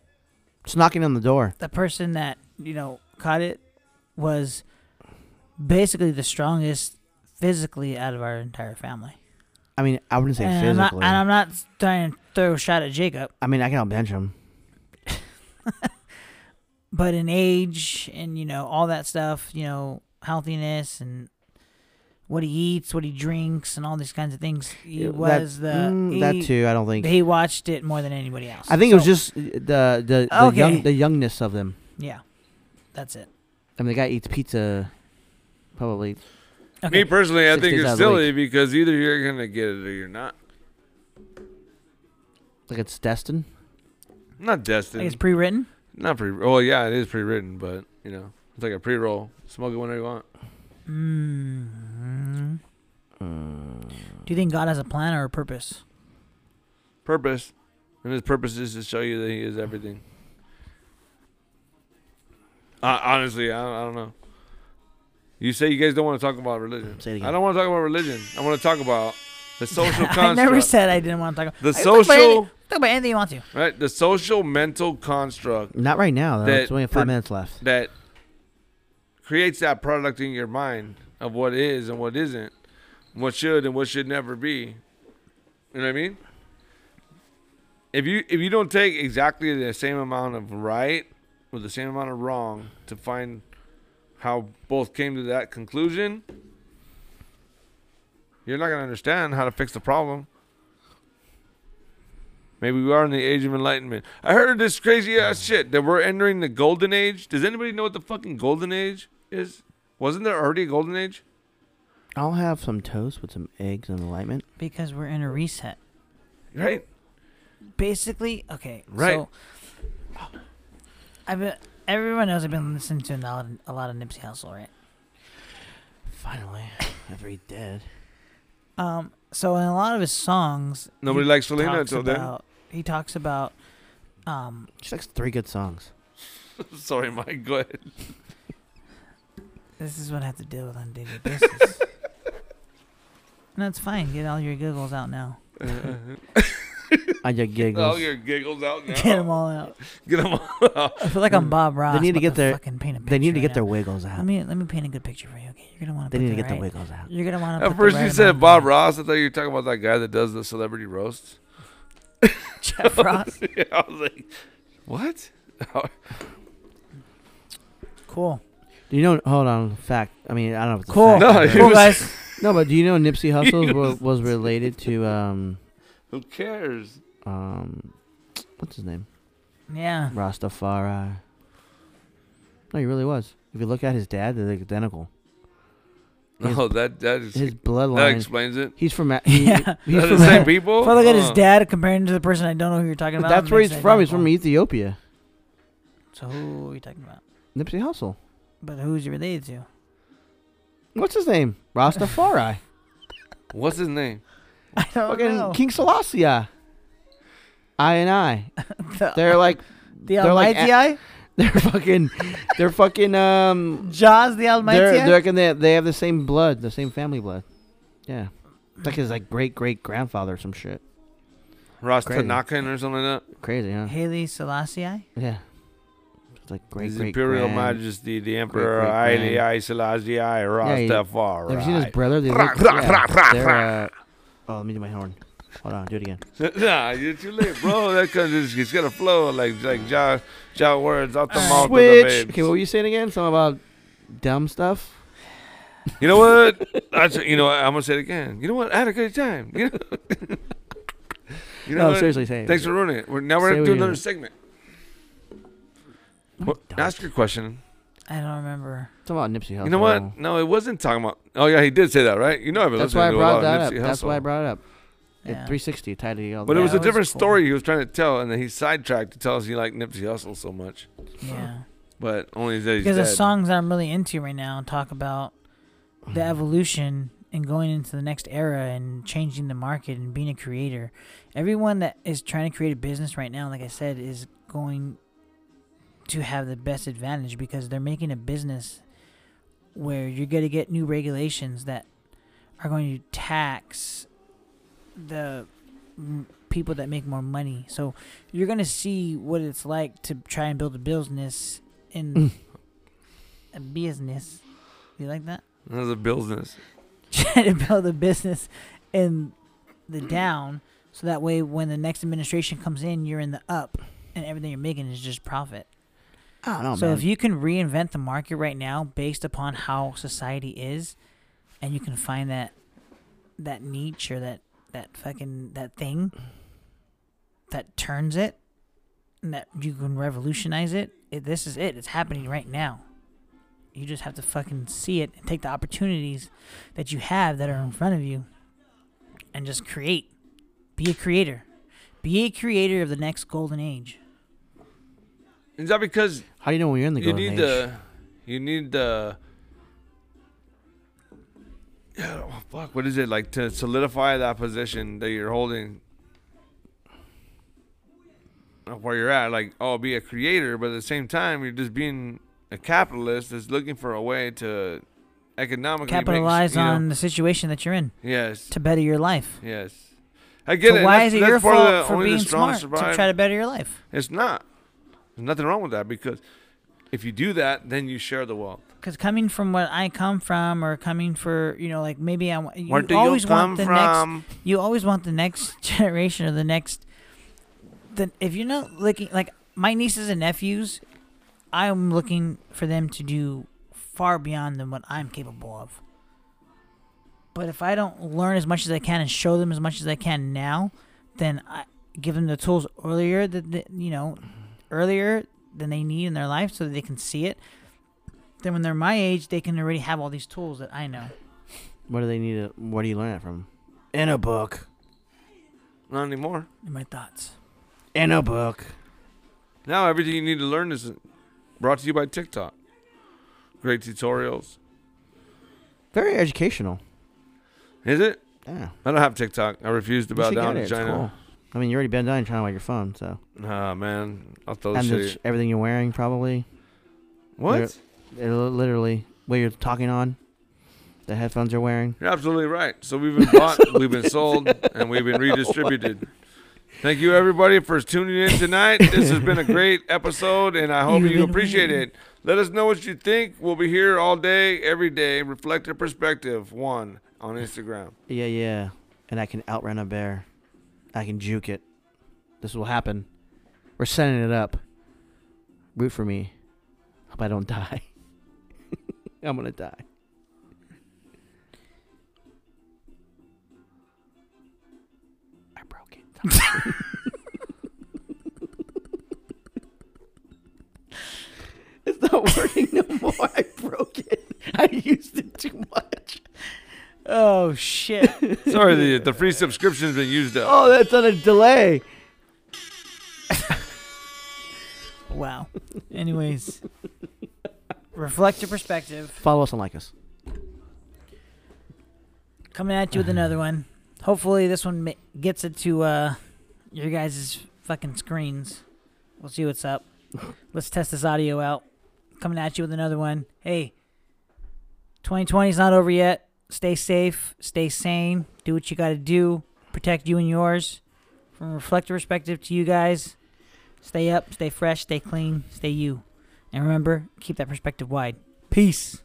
it's knocking on the door.
the person that you know caught it was basically the strongest physically out of our entire family.
I mean, I wouldn't say
and, I'm not,
physically.
and I'm not trying to throw a shot at Jacob,
I mean, I can outbench him.
but in age and you know all that stuff, you know healthiness and what he eats, what he drinks, and all these kinds of things. He
Yeah,
was the
mm, that
he-
too. I don't think.
He watched it more than anybody else.
I think it was
So,
just the the, the
Okay.
young the youngness of them.
yeah. That's it.
I mean, the guy eats pizza, probably.
Okay.
Me personally, I
Six
think
days out
it's
of the
silly because either you're gonna get it or you're not.
Like it's destined.
Not
Like it's
destined.
pre-written.
Not pre. Well, yeah, it is pre-written, but you know, it's like a pre-roll. Smoke it whenever you want.
mm
Mm.
Do you think God has a plan or a purpose?
Purpose, and his purpose is to show you that he is everything. Uh, honestly, I, I don't know. You say you guys don't want to talk about religion.
Say it again.
I don't want to talk about religion. I want to talk about the social
I
construct.
never said I didn't want to talk about
the
I can talk about
social,
any- talk about anything you want to.
right? The social mental construct
Not right now. Though.
That
It's only five
per-
minutes left.
that creates that product in your mind of what is and what isn't, what should and what should never be. You know what I mean? If you if you don't take exactly the same amount of right with the same amount of wrong to find how both came to that conclusion, you're not gonna understand how to fix the problem. Maybe we are in the age of enlightenment. I heard this crazy ass
Mm.
shit that we're entering the golden age. Does anybody know what the fucking golden age is? Wasn't there already a golden age?
I'll have some toast with some eggs and enlightenment.
Because we're in a reset.
Right.
Basically, okay.
Right.
So, I've been, everyone knows I've been listening to a lot, of, a lot of Nipsey Hussle, right?
Finally, after he dead.
Um, so in a lot of his songs, he
Nobody likes Selena
talks
until then.
about- He talks about, um,
She likes three good songs.
Sorry, Mike. Go ahead.
this is what I have to deal with on a daily basis. no, it's fine. Get all your giggles out now.
I just giggles.
All your Oh, giggles out now.
Get them all out.
Get 'em all out.
I feel like I'm Bob Ross.
need to
but
get
the
their-
Fucking paint a
they need
picture
to get
right
their
now.
wiggles out.
Let me let me paint a good picture for you. Okay, you're gonna want to.
they need to get
right,
their wiggles out.
You're gonna want to.
At first, you said Bob Ross. I thought you were talking about that guy that does the celebrity roasts.
Jeff Ross.
yeah, I was like, what?
Cool.
Do you know? Hold on. Fact. I mean, I don't know. If it's a
Cool.
fact
No,
or not.
he
cool
was-
guys.
No, but do you know Nipsey Hussle
He
was, was related to um
Who cares?
um what's his name
Yeah.
Rastafari? No, he really was. If you look at his dad, they're identical. His-
No, that that is
His
that
bloodline.
explains it.
He's from. Ma- He,
Yeah.
He's
They're
from.
the same people.
If I look at his
Uh,
dad comparing to the person I don't know who you're talking about.
That's
it
where
makes
he's
it
from. He's from E-
identical.
Ethiopia.
So who are you talking about?
Nipsey Hussle.
But who's he related to?
What's his name? Rastafari.
What's his name?
I don't
Fucking
know.
King Selassie. I and I.
the,
They're like
the
they're like
Almighty Eye?
they're fucking they're fucking um
Jaws the Almighty
they're,
Eye?
they're reckon they they have the same blood, the same family blood. Yeah. It's like his like great great grandfather or some shit.
Ross
Crazy.
Tanakan or something like that.
Crazy, huh?
Haley Selassie? Eye?
Yeah. It's like great
His
great
Imperial
grand-
Majesty, the Emperor
great
Ali
grand.
I Selassie I
Yeah, you-
Rastafari.
Have you seen his brother? They
Rah,
look,
rah,
yeah,
rah, rah,
they're,
rah.
uh, oh, let me do my horn. Hold on, do it again.
nah, you're too late, bro. That comes, it's, it's gonna flow like like Ja Ja words out the mouth of the
Ah, Switch.
babes.
Okay, what were you saying again? Something about dumb stuff.
You know what? That's, you know what? I'm gonna say it again. You know what? I had a good time. You know, you know
no,
what?
seriously, say it.
Thanks for ruining it. We're, now we're
Say
gonna
what
do
you-
another segment. What,
dumb.
ask your question.
I don't remember.
Something about Nipsey Hussle.
You know what? No, it wasn't talking about. Oh yeah, he did say that, right? You know, I've been
That's
listening
why I
to a
brought
lot
that
of
up.
Nipsey
That's why I
Hussle.
brought it up. At
Yeah.
360 tied it all
But it
Yeah,
was a
together.
that was
different
cool.
story he was trying to tell, and then he sidetracked to tell us he liked Nipsey Hussle so much,
Yeah.
but only that he's
because the
dead.
songs I'm really into right now talk about the evolution and going into the next era and changing the market and being a creator. Everyone that is trying to create a business right now, like I said, is going to have the best advantage because they're making a business where you're going to get new regulations that are going to tax the m- people that make more money. So you're going to see what it's like to try and build a business in a business. You like that?
That was a business.
Try to build a business in the down so that way when the next administration comes in, you're in the up and everything you're making is just profit.
I don't know,
so
man.
if you can reinvent the market right now based upon how society is and you can find that that niche or that that fucking that thing that turns it and that you can revolutionize it, it this is it it's happening right now you just have to fucking see it and take the opportunities that you have that are in front of you and just create be a creator be a creator of the next golden age
Is that because
How do you know when you're in the
you
golden
need
age?
the you need the yeah, oh, fuck what is it like to solidify that position that you're holding of where you're at like oh be a creator but at the same time you're just being a capitalist that's looking for a way to economically make s-
capitalize
you know-
on the situation that you're in
yes
to better your life.
yes I get
so
it
why
that's-
is it
that's
your
part of the-
fault for
only the
being
strong
smart to
survive.
try to better your life?
it's not there's nothing wrong with that because if you do that then you share the wealth
Because coming from what I come from, or coming for you know, like maybe I want- you
where do
always
you
want
come
the
from
next. You always want the next generation or the next. Then if you're not looking like my nieces and nephews, I'm looking for them to do far beyond than what I'm capable of. But if I don't learn as much as I can and show them as much as I can now, then I give them the tools earlier that that, you know, earlier than they need in their life so that they can see it. Then when they're my age, they can already have all these tools that I know.
What do they need? To, where do you learn it from? In a book.
Not anymore.
In my thoughts.
In a book.
Now everything you need to learn is brought to you by TikTok. Great tutorials.
Very educational.
Is it?
Yeah.
I don't have TikTok. I refuse to
You
bow
should get
down
it.
to
It's
China.
cool. I mean, you already been down in China by your phone, so
Nah, man. I'll throw
and
shit.
it's everything you're wearing probably.
what?
they're- It li- literally what you're talking on, the headphones you're wearing.
You're absolutely right. So we've been bought, we've been sold, and we've been redistributed. Thank you, everybody, for tuning in tonight. This has been a great episode, and I hope
You've
you
been
appreciate
waiting.
it. Let us know what you think. We'll be here all day, every day. Reflective Perspective 1 on Instagram.
Yeah, yeah. And I can outrun a bear. I can juke it. This will happen. We're setting it up. Root for me. Hope I don't die. I'm gonna die. I broke it. it's not working no more. I broke it. I used it too much.
Oh shit.
Sorry, the, the free subscription's been used up.
Oh, that's on a delay.
wow. Anyways. Reflect your perspective.
Follow us and like us.
Coming at you with another one. Hopefully this one ma- gets it to uh your guys' fucking screens. We'll see what's up. Let's test this audio out. Coming at you with another one. Hey. 2020 is not over yet. Stay safe, stay sane, do what you got to do, protect you and yours. From a reflective perspective to you guys, stay up, stay fresh, stay clean, stay you. And remember, keep that perspective wide. Peace.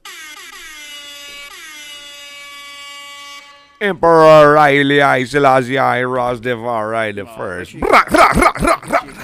Emperor Haile Selassie I Ras Devari the first. Rah, rah, rah, rah, rah, rah.